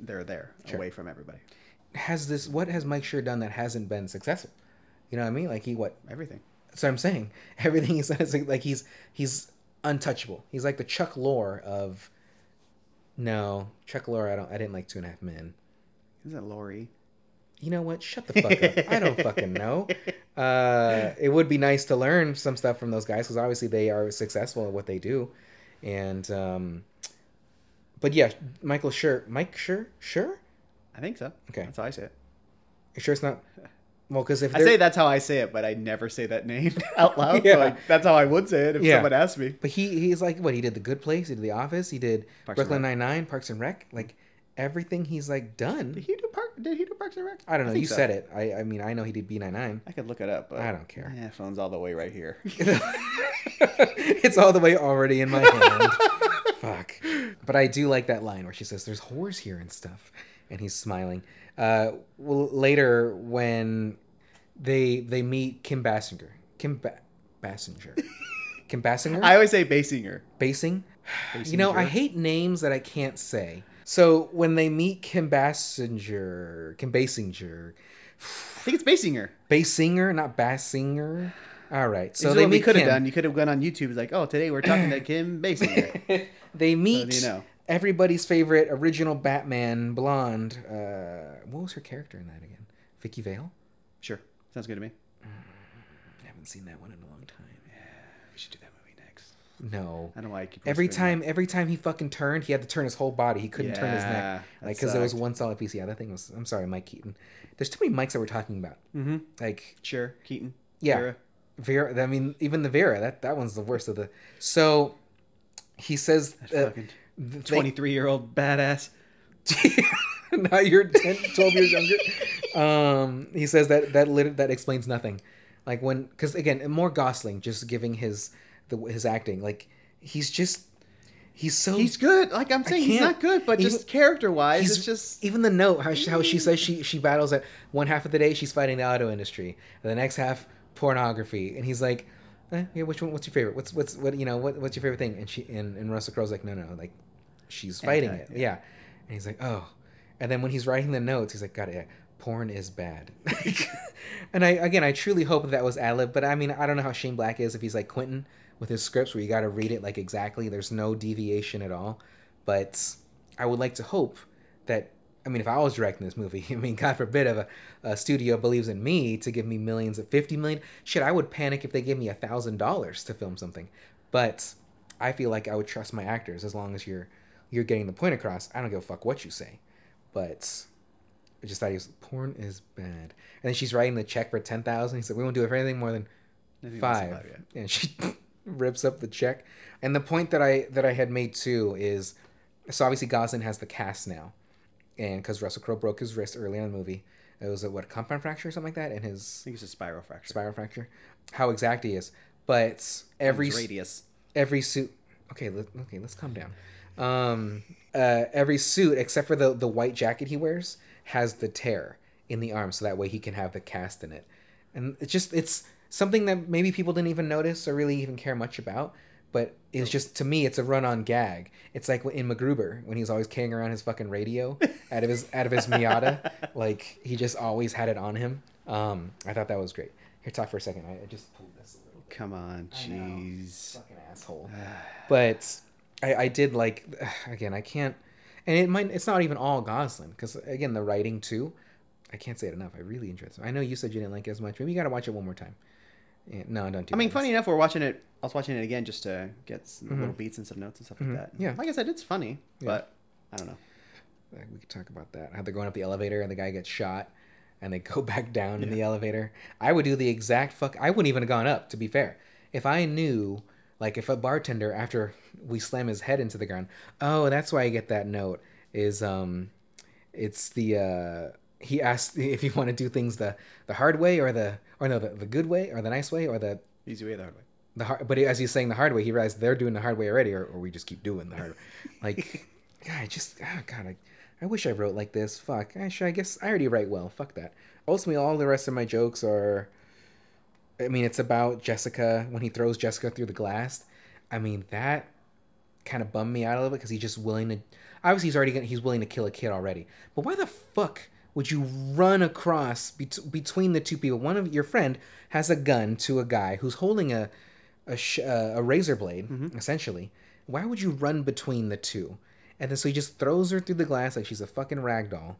S2: They're there
S1: Sure.
S2: away from everybody.
S1: has this what has Mike Sure done that hasn't been successful? You know what I mean? Like he what
S2: Everything.
S1: So I'm saying everything he says, like, like he's he's untouchable. He's like the Chuck Lorre of. No, Chuck Lorre. I don't. I didn't like Two and a Half Men.
S2: Isn't it Lori?
S1: You know what? Shut the fuck up. I don't fucking know. Uh, it would be nice to learn some stuff from those guys because obviously they are successful at what they do, and um, but yeah, Michael Schur, Mike Schur, Schur.
S2: I think so.
S1: Okay.
S2: that's how I say it.
S1: You sure it's not? Well, because if
S2: I
S1: they're-
S2: say that's how I say it, but I never say that name out loud.
S1: Yeah.
S2: So I, that's how I would say it if
S1: Yeah.
S2: someone asked me.
S1: But he he's like what he did the Good Place, he did The Office, he did
S2: Parks and
S1: Brooklyn Nine Nine, Parks and Rec, like everything he's like
S2: Did
S1: done.
S2: he do Park? Did he do Parks and Rec?
S1: I don't know.
S2: think
S1: you
S2: so.
S1: said it. I I mean I know he did B nine nine.
S2: I could look it up, but
S1: I don't care.
S2: Yeah, phone's all the way right here.
S1: it's all the way already in my hand. Fuck. But I do like that line where she says, "There's whores here and stuff," and he's smiling. Uh, well, later when they they meet Kim Basinger, Kim ba- Basinger, Kim Basinger.
S2: I always say Basinger.
S1: Basing. You know, I
S2: Basinger.
S1: hate names that I can't say. So when they meet Kim Basinger, Kim Basinger,
S2: I think it's Basinger.
S1: Basinger, not Bassinger. All right. So
S2: So this
S1: they
S2: is what we
S1: meet
S2: could have
S1: Kim.
S2: done. You could have gone on YouTube. Like, oh, today we're talking to Kim Basinger.
S1: they
S2: So
S1: meet
S2: do you know?
S1: everybody's favorite original Batman blonde. Uh, what was her character in that again? Vicky Vale.
S2: Sure, sounds good to me.
S1: I haven't seen that one in a long time.
S2: We should do that movie next.
S1: No.
S2: I don't know why I keep
S1: Every
S2: whispering
S1: time, every time he fucking turned, he had to turn his whole body. He couldn't turn his neck,
S2: Yeah,
S1: like
S2: that
S1: because there was
S2: sucked.
S1: one solid piece. Yeah, that thing was. I'm sorry, Mike Keaton. There's too many mics that we're talking about.
S2: that. Mhm.
S1: Like
S2: Sure, Keaton.
S1: Yeah.
S2: Vera.
S1: Vera. I mean, even the Vera. That that one's the worst of the. So, he says,
S2: That
S1: uh,
S2: fucking
S1: th- they-
S2: twenty-three-year-old badass.
S1: now you're 10, 12 years younger. Um, he says that that lit- that explains nothing. Like when, because again, more Gosling just giving his the, his acting. Like he's just he's so
S2: He's good. Like I'm saying, he's
S1: can't-
S2: not good, but
S1: even-
S2: just character wise,
S1: he's-
S2: it's just
S1: even the note how she, how she says she she battles at one half of the day she's fighting the auto industry and the next half pornography and he's like eh, yeah which one what's your favorite what's what's what you know what, what's your favorite thing and she and, and russell crowe's like no no like she's fighting
S2: Anti-
S1: it yeah. and he's like oh and then when he's writing the notes he's like god yeah porn is bad and i again i truly hope that was ad-lib but i mean i don't know how shane black is if he's like quentin with his scripts where you got to read it like exactly there's no deviation at all but I would like to hope that I mean, if I was directing this movie, I mean, God forbid, if a, a studio believes in me to give me millions of fifty million, shit, I would panic if they gave me a thousand dollars to film something. But I feel like I would trust my actors as long as you're you're getting the point across. I don't give a fuck what you say. But I just thought he was porn is bad, and then she's writing the check for ten thousand. He said we won't do it for anything more than five and she rips up the check and the point that i that i had made too is so obviously goslin has the cast now and because russell crowe broke his wrist early in the movie it was a what a compound fracture or something like that and
S2: I
S1: his
S2: think it's a spiral fracture.
S1: spiral fracture how exact he is but every
S2: Every radius.
S1: every suit okay let, okay let's calm down um uh every suit except for the the white jacket he wears has the tear in the arm so that way he can have the cast in it and it's just it's something that maybe people didn't even notice or really even care much about but it's just to me it's a run-on gag it's like in MacGruber when he's always carrying around his fucking radio out of his out of his Miata like he just always had it on him um I thought that was great here talk for a second I, I just pulled this a little bit
S2: Come on,
S1: I know.
S2: jeez.
S1: fucking asshole but I, I did like again i can't and it might it's not even all goslin because again the writing too i can't say it enough i really enjoyed this i know you said you didn't like it as much maybe you gotta watch it one more time yeah, no don't do
S2: I mean,
S1: that.
S2: funny enough, we're watching it. I was watching it again just to get some
S1: Mhm.
S2: little beats and some notes and stuff
S1: Mhm.
S2: like that.
S1: Yeah.
S2: Like I said, it's funny,
S1: Yeah.
S2: but I don't know.
S1: Like, we could talk about that how they're going up the elevator and the guy gets shot and they go back down in the elevator i would do the exact fuck i wouldn't even have gone up to be fair if i knew like if a bartender after we slam his head into the ground oh that's why i get that note is um it's the uh he asked if you want to do things the the hard way or the or no the, the good way or the nice way or the
S2: Easy way or the hard way.
S1: the hard but as he's saying the hard way he realized they're doing the hard way already or, or we just keep doing the hard way like god I just oh god I, I wish i wrote like this fuck i should i guess i already write well fuck that ultimately all the rest of my jokes are i mean it's about jessica when he throws jessica through the glass i mean that kind of bummed me out a little bit because he's just willing to obviously he's already gonna, he's willing to kill a kid already but why the fuck would you run across bet- between the two people one of your friend has a gun to a guy who's holding a a, sh- uh, a razor blade essentially why would you run between the two and then so he just throws her through the glass like she's a fucking rag doll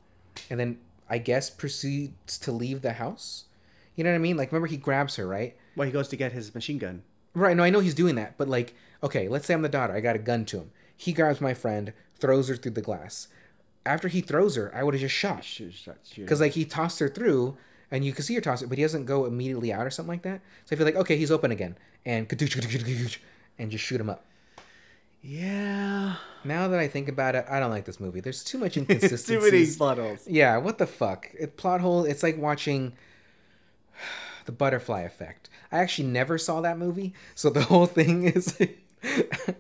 S1: and then i guess proceeds to leave the house you know what i mean like remember he grabs her right
S2: Well, he goes to get his machine gun.
S1: Right, no, I know he's doing that, but like, okay, let's say I'm the daughter. I got a gun to him. He grabs my friend, throws her through the glass. After he throws her, I would have just shot.
S2: Shoot, start shooting.
S1: Because like he tossed her through, and you can see her toss it, but he doesn't go immediately out or something like that. So I feel like okay, he's open again, and kadoosh, kadoosh, kadoosh, kadoosh, and just shoot him up.
S2: yeah.
S1: Now that I think about it, I don't like this movie. There's too much
S2: It's
S1: inconsistency.
S2: too many plot holes.
S1: Yeah, what the fuck? It plot hole. It's like watching the butterfly effect. I actually never saw that movie, so the whole thing is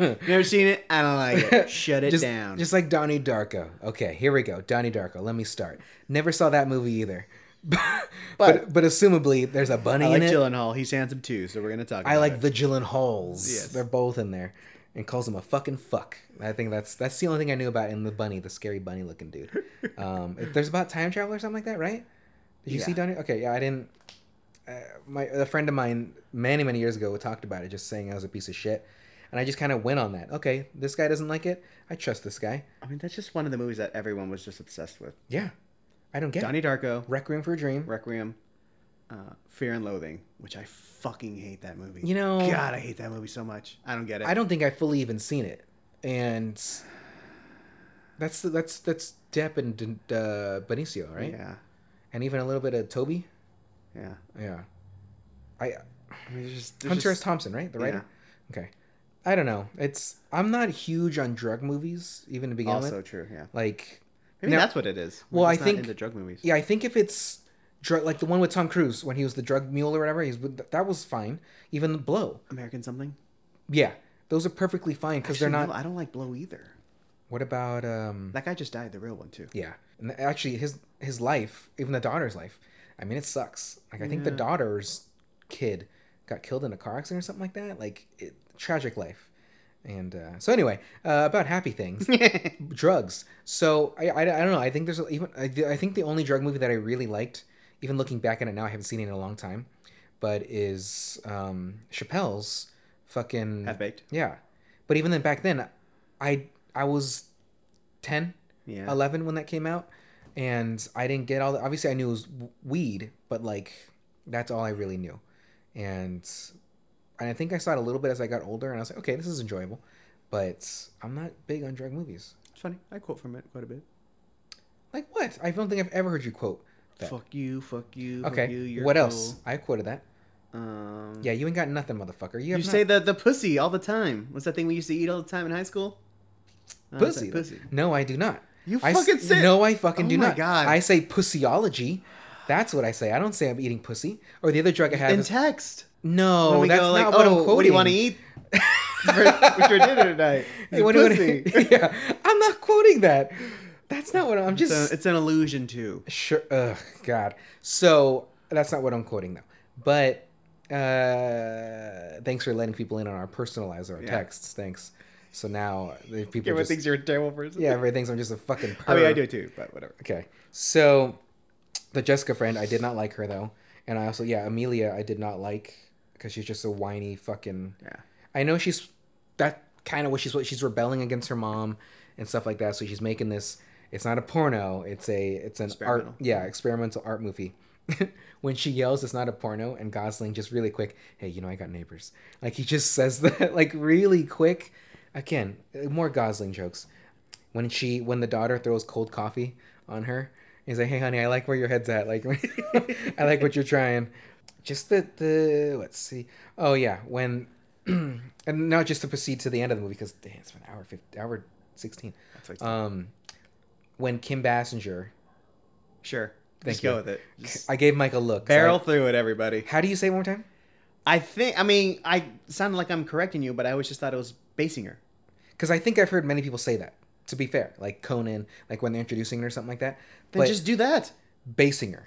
S2: Never seen it. I don't like it. Shut it
S1: just,
S2: down.
S1: Just like Donnie Darko. Okay, here we go. Donnie Darko. Let me start. Never saw that movie either. but, but assumably there's a bunny
S2: I like
S1: in it.
S2: Gyllenhaal. He's handsome too, so we're gonna talk. About
S1: I like
S2: It.
S1: the Gyllenhaals.
S2: Yes.
S1: They're both in there. And calls him a fucking fuck. I think that's that's the only thing I knew about in the bunny, the scary bunny looking dude. Um, if there's about time travel or something like that, right? Did you see
S2: Yeah.
S1: Donnie? Okay, yeah, I didn't. Uh, my a friend of mine many many years ago talked about it, just saying I was a piece of shit, and I just kind of went on that. Okay, this guy doesn't like it. I trust this guy.
S2: I mean, that's just one of the movies that everyone was just obsessed with.
S1: Yeah, I don't get it.
S2: Donnie Darko,
S1: Requiem for a Dream.
S2: Requiem, uh, Fear and Loathing, which I fucking hate that movie.
S1: You know-
S2: God, I hate that movie so much. I don't get it.
S1: I don't think I fully even seen it, and that's that's that's Depp and uh, Benicio, right?
S2: Yeah,
S1: And even a little bit of Toby.
S2: yeah.
S1: Yeah, I
S2: I mean, there's just, there's
S1: Hunter S.
S2: just-
S1: Thompson, right? The writer. Okay, I don't know. It's I'm not huge on drug movies even to begin
S2: also
S1: with.
S2: true. Yeah.
S1: Like
S2: Maybe
S1: Now-
S2: that's what it is. We're
S1: well, I
S2: just not
S1: think-
S2: into drug movies.
S1: yeah, I think if it's drug like the one with Tom Cruise when he was the drug mule or whatever, he's that was fine. Even the Blow,
S2: American something.
S1: yeah, those are perfectly fine because they're
S2: Actually,
S1: not.
S2: no, I don't like Blow either.
S1: What about um?
S2: That guy just died. The real one too.
S1: Yeah, and actually, his his life, even the daughter's life. I mean, it sucks. Like I think the
S2: Yeah.
S1: daughter's kid got killed in a car accident or something like that. Like it, tragic life. And uh, so anyway, uh, about happy things, drugs. So I, I, I don't know. I think there's a- even I, I think the only drug movie that I really liked, even looking back at it now, I haven't seen it in a long time, but is um, Chappelle's fucking
S2: Half baked.
S1: yeah. But even then, back then, I I was ten.
S2: Yeah.
S1: 11 when that came out and i didn't get all the obviously i knew it was w- weed but like that's all i really knew and and i think i saw it a little bit as i got older and i was like okay this is enjoyable but i'm not big on drug movies
S2: It's funny. I quote from it quite a bit.
S1: like what i don't think i've ever heard you quote that.
S2: Fuck you. Fuck you. fuck
S1: okay
S2: you, you're
S1: what else
S2: cool.
S1: i quoted that
S2: Um,
S1: yeah you ain't got nothing motherfucker you,
S2: You,
S1: have
S2: say the the pussy all the time. What's that thing we used to eat all the time in high school? Uh, it's
S1: pussy.
S2: that pussy.
S1: no i do not
S2: You
S1: I s-
S2: fucking say
S1: no i fucking
S2: Oh
S1: do
S2: my
S1: not
S2: God.
S1: i say pussyology that's what i say i don't say i'm eating pussy or the other drug i have
S2: in
S1: is-
S2: text.
S1: No,
S2: When we
S1: that's
S2: go,
S1: not
S2: like,
S1: what I'm
S2: "Oh,
S1: quoting.
S2: What do you want to eat for, for dinner tonight?
S1: Hey, what do you wanna-
S2: Pussy.
S1: yeah, I'm not quoting that. That's not what I'm just.
S2: So it's an allusion to.
S1: Sure. Ugh, God. So that's not what I'm quoting though. But uh, thanks for letting people in on our personal lives, our
S2: Yeah.
S1: texts. Thanks. So now the people
S2: Everyone
S1: just,
S2: thinks you're a terrible person.
S1: yeah, everybody thinks I'm just a fucking. Perv.
S2: I mean, I do too, but whatever.
S1: Okay. So the Jessica friend, I did not like her though, and I also yeah Amelia, I did not like because she's just a whiny fucking.
S2: Yeah.
S1: I know she's that kind of what she's what she's rebelling against her mom and stuff like that. So she's making this. It's not a porno. It's a it's an art
S2: Experimental.
S1: yeah experimental art movie. when she yells, it's not a porno, and Gosling just really quick. Hey, you know I got neighbors. Like he just says that like really quick. Again, uh, more Gosling jokes. When she when the daughter throws cold coffee on her, he's like, "Hey, honey, I like where your head's at. Like, I like what you're trying." Just the the let's see. Oh yeah, when and now just to proceed to the end of the movie because damn, it's been hour 50, hour sixteen.
S2: That's like,
S1: Um, when Kim Bassinger,
S2: sure.
S1: thank
S2: Just go
S1: you.
S2: with it. Just
S1: I gave Mike a look. 'cause
S2: barrel
S1: I-
S2: through it, everybody.
S1: how do you say it one more time?
S2: I think. I mean, I sounded like I'm correcting you, but I always just thought it was Basinger.
S1: Because I think I've heard many people say that. To be fair, like Conan, like when they're introducing her or something like that.
S2: Then
S1: But
S2: just do that.
S1: Bassinger,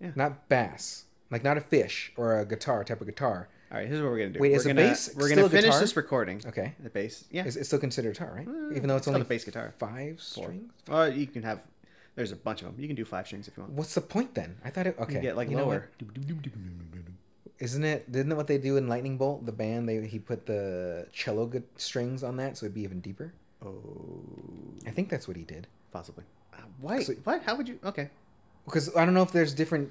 S2: Yeah.
S1: not bass, like not a fish or a guitar type of guitar.
S2: All right, here's what we're gonna do.
S1: Wait,
S2: we're
S1: is the
S2: gonna,
S1: bass
S2: We're
S1: still
S2: gonna
S1: a
S2: finish
S1: guitar?
S2: this recording.
S1: Okay,
S2: The bass, yeah.
S1: it's, it's still considered guitar, right?
S2: Mm,
S1: Even though it's,
S2: it's
S1: only
S2: called a bass guitar.
S1: five
S2: Four.
S1: strings.
S2: Well, you can have. There's a bunch of them. You can do five strings if you want.
S1: What's the point then? I thought it okay.
S2: You can get like
S1: you know what?
S2: lower.
S1: Isn't it? Isn't that what they do in Lightning Bolt? The band they he put the cello gu- strings on that, so it'd be even deeper.
S2: Oh,
S1: I think that's what he did.
S2: possibly. Uh, why?
S1: So-
S2: what? How would you? Okay.
S1: Because I don't know if there's different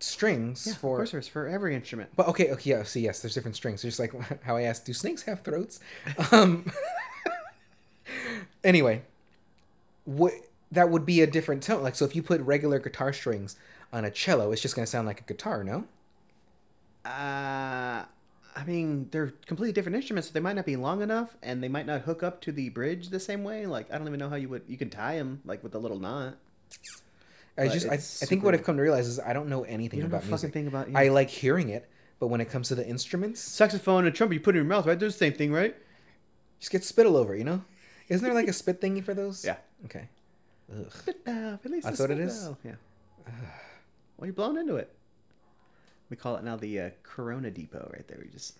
S1: strings
S2: Yeah, of
S1: for.
S2: course, there's for every instrument.
S1: but okay, okay, yeah. So yes, there's different strings. Just like how I asked, do snakes have throats? Um. anyway, what that would be a different tone. Like so, if you put regular guitar strings on a cello, it's just gonna sound like a guitar, no?
S2: Uh, I mean, they're completely different instruments, so they might not be long enough, and they might not hook up to the bridge the same way. Like, I don't even know how you would. You can tie them like with a little knot.
S1: I
S2: But
S1: just I, I
S2: it's
S1: think what
S2: super-
S1: I've come to realize is I don't know anything
S2: You don't know
S1: about
S2: fucking
S1: music.
S2: thing about.
S1: I like hearing it, but when it comes to the instruments,
S2: saxophone and trumpet. You put it in your mouth, right? They're the same thing, right?
S1: just get spittle over, you know? Isn't there like a spit thingy for those?
S2: Yeah.
S1: Okay. Ugh.
S2: That's
S1: That's what it is?
S2: Yeah. well, you're blown into it. We call it now the uh, Corona Depot, right there. We just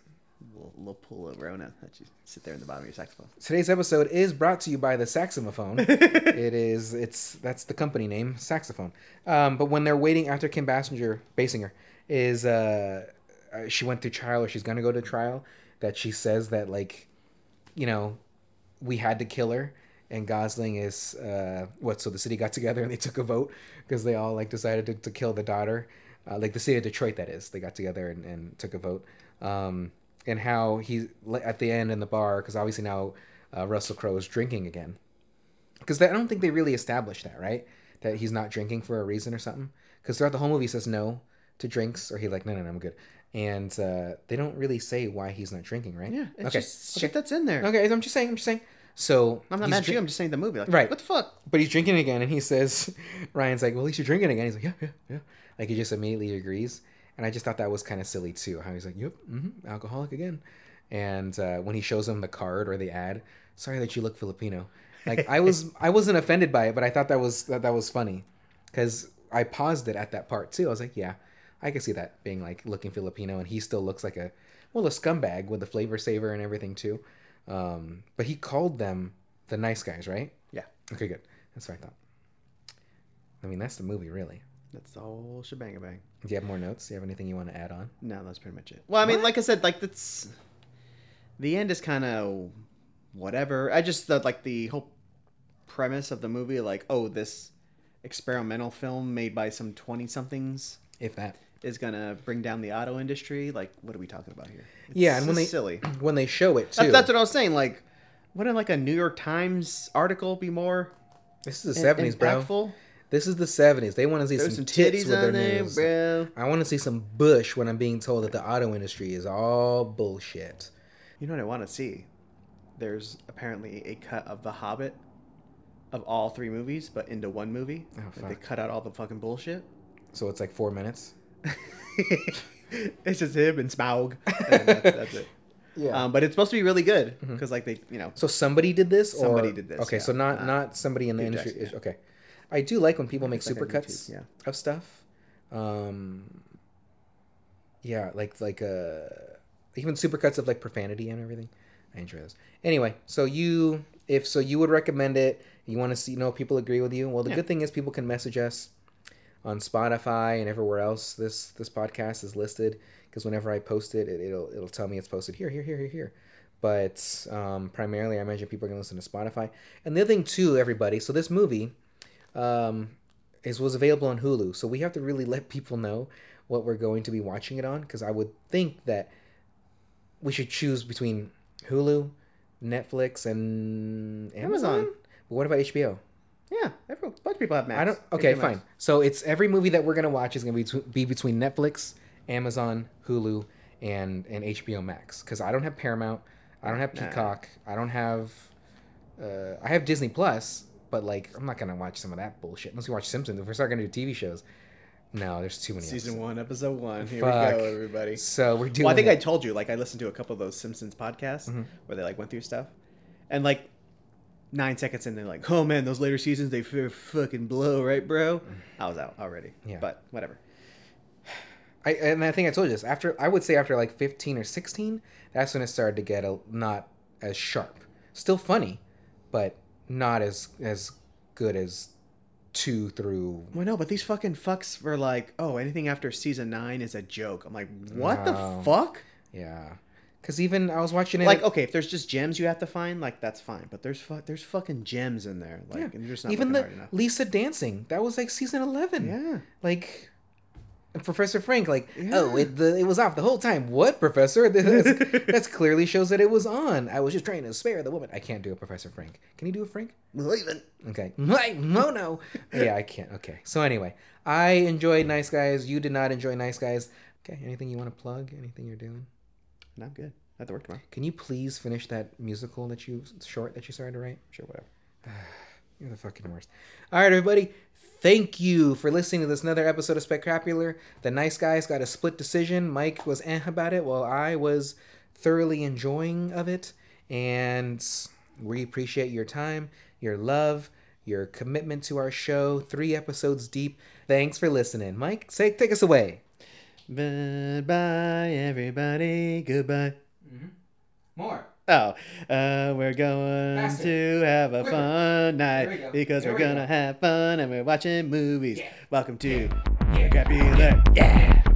S2: little, little pull of Rona that you sit there in the bottom of your saxophone.
S1: Today's episode is brought to you by the saxophone. it is it's that's the company name, saxophone. Um, but when they're waiting after Kim Bassinger, Basinger is uh, uh, she went through trial or she's gonna go to trial, that she says that like, you know, we had to kill her. And Gosling is uh, what? So the city got together and they took a vote because they all like decided to, to kill the daughter, uh, like the city of Detroit. That is, they got together and, and took a vote. Um, and how he li- at the end in the bar because obviously now uh, Russell Crowe is drinking again because I don't think they really established that, right? That he's not drinking for a reason or something. Because throughout the whole movie, he says no to drinks, or he like, no, no, no, I'm good. and uh, they don't really say why he's not drinking, right?
S2: Yeah, it's
S1: Okay.
S2: just shit that's in there.
S1: Okay, I'm just saying. I'm just saying. So
S2: I'm not
S1: he's
S2: mad at
S1: drink-
S2: you. I'm just saying the movie. Like,
S1: Right.
S2: What the fuck?
S1: but he's drinking again, and he says, Ryan's like, "Well, at least you're drinking again." He's like, "Yeah, yeah, yeah." Like he just immediately agrees, and I just thought that was kind of silly too. How he's like, "Yep, hmm alcoholic again," and uh, when he shows him the card or the ad, sorry that you look Filipino. Like I was, I wasn't offended by it, but I thought that was that, that was funny, because I paused it at that part too. I was like, "Yeah, I can see that being like looking Filipino," and he still looks like a well a scumbag with the flavor saver and everything too. Um, but he called them the nice guys, right?
S2: Yeah.
S1: Okay, good. That's what I thought. I mean, that's the movie, really.
S2: That's the whole shebang bang.
S1: Do you have more notes? Do you have anything you want to add on?
S2: No, that's pretty much it. Well, I mean, like I said, like that's the end is kind of whatever. I just thought like the whole premise of the movie, like oh, this experimental film made by some twenty somethings
S1: If that.
S2: is gonna bring down the auto industry. Like, what are we talking about here? It's
S1: Yeah, and when
S2: just
S1: they-
S2: silly,
S1: When they show it, too.
S2: that's, that's what I was saying. Like, wouldn't like a New York Times article be more
S1: this is the
S2: in-
S1: 70s, bro.
S2: impactful?
S1: This is the 70s. They want to see
S2: There's
S1: some,
S2: some
S1: tits
S2: titties
S1: with their
S2: on there,
S1: names.
S2: bro.
S1: I want to see some bush when I'm being told that the auto industry is all bullshit.
S2: You know what I want to see? There's apparently a cut of The Hobbit of all three movies, but into one movie.
S1: Oh,
S2: Like, They
S1: fuck.
S2: cut out all the fucking bullshit.
S1: So it's like four minutes.
S2: it's just him and Smaug. And that's, that's it. Um, but it's supposed to be really good
S1: Mm-hmm.
S2: because, like, they, you know,
S1: so somebody did this? Or...
S2: Somebody did this,
S1: Okay,
S2: yeah.
S1: so not,
S2: Uh,
S1: not somebody in the
S2: Hugh
S1: industry.
S2: Jackman, yeah.
S1: Okay. I do like when people make
S2: it's like on
S1: supercuts.
S2: YouTube, Yeah.
S1: of stuff. Um yeah, like like uh even supercuts of like profanity and everything. I enjoy those. Anyway, so you if so you would recommend it, you want to see you know people agree with you. Well, the
S2: Yeah.
S1: good thing is people can message us on Spotify and everywhere else this this podcast is listed because whenever I post it, it it'll it'll tell me it's posted here here here here here. But um, primarily, I imagine people are gonna listen to Spotify. And the other thing too, everybody. So this movie, um, is was available on Hulu. So we have to really let people know what we're going to be watching it on because I would think that we should choose between Hulu, Netflix, and Amazon.
S2: Amazon.
S1: But what about HBO?
S2: Yeah. Everyone, a bunch of people have Max.
S1: I don't. Okay,
S2: HBO Max.
S1: fine. So it's every movie that we're gonna watch is gonna be betw- be between Netflix, Amazon, Hulu, and and HBO Max because I don't have Paramount, I don't have
S2: Nah.
S1: Peacock, I don't have. Uh, I have Disney Plus, but like I'm not gonna watch some of that bullshit unless we watch Simpsons. If we start gonna do TV shows, no, there's too many.
S2: Season
S1: episodes.
S2: one, episode one. Here
S1: Fuck.
S2: we go, everybody.
S1: So we're doing.
S2: Well, I think I
S1: it.
S2: told you, like, I listened to a couple of those Simpsons podcasts
S1: Mm-hmm.
S2: where they like went through stuff, and like nine seconds in, they're like, "Oh man, those later seasons they f- fucking blow, right, bro?" I was out already.
S1: Yeah.
S2: but whatever.
S1: I and I think I told you this after I would say after like 15 or 16, that's when it started to get a, not as sharp. Still funny, but not as as good as two through.
S2: Well, no, but these fucking fucks were like, "Oh, anything after season nine is a joke." I'm like, "What
S1: No.
S2: the fuck?"
S1: Yeah, because even I was watching it
S2: Like, okay, if there's just gems you have to find, like that's fine. But there's fu- there's fucking gems in there, like,
S1: Yeah.
S2: and you're just not
S1: even
S2: even
S1: the
S2: hard enough.
S1: Lisa dancing that was like season 11.
S2: Yeah,
S1: like and Professor Frank, like,
S2: Yeah.
S1: oh, it the, it was off the whole time. What, Professor? That's, that's clearly shows that it was on. I was just trying to spare the woman. I can't do a Professor Frank. Can you do a Frank?
S2: well, even
S1: Okay. Like, no, no. yeah, I can't. Okay. So anyway, I enjoyed Nice Guys. You did not enjoy Nice Guys. Okay. Anything you want to plug? Anything you're doing?
S2: no, I'm good. I have to work tomorrow.
S1: Can you please finish that musical that you short that you started to write?
S2: Sure, whatever.
S1: You're the fucking worst. All right, everybody. Thank you for listening to this another episode of Spectacular. The nice guys got a split decision. Mike was eh about it, while I was thoroughly enjoying of it. And we appreciate your time, your love, your commitment to our show. Three episodes deep. Thanks for listening, Mike. Say, take us away.
S2: Goodbye, everybody. Goodbye.
S1: Mm-hmm. More.
S2: Oh, uh, we're going
S1: Faster.
S2: to have a
S1: Quicker.
S2: fun night
S1: we go.
S2: because
S1: There
S2: we're
S1: we
S2: gonna
S1: go.
S2: have fun and we're watching movies.
S1: Yeah.
S2: Welcome to
S1: Yeah.
S2: Vocabulary. Yeah.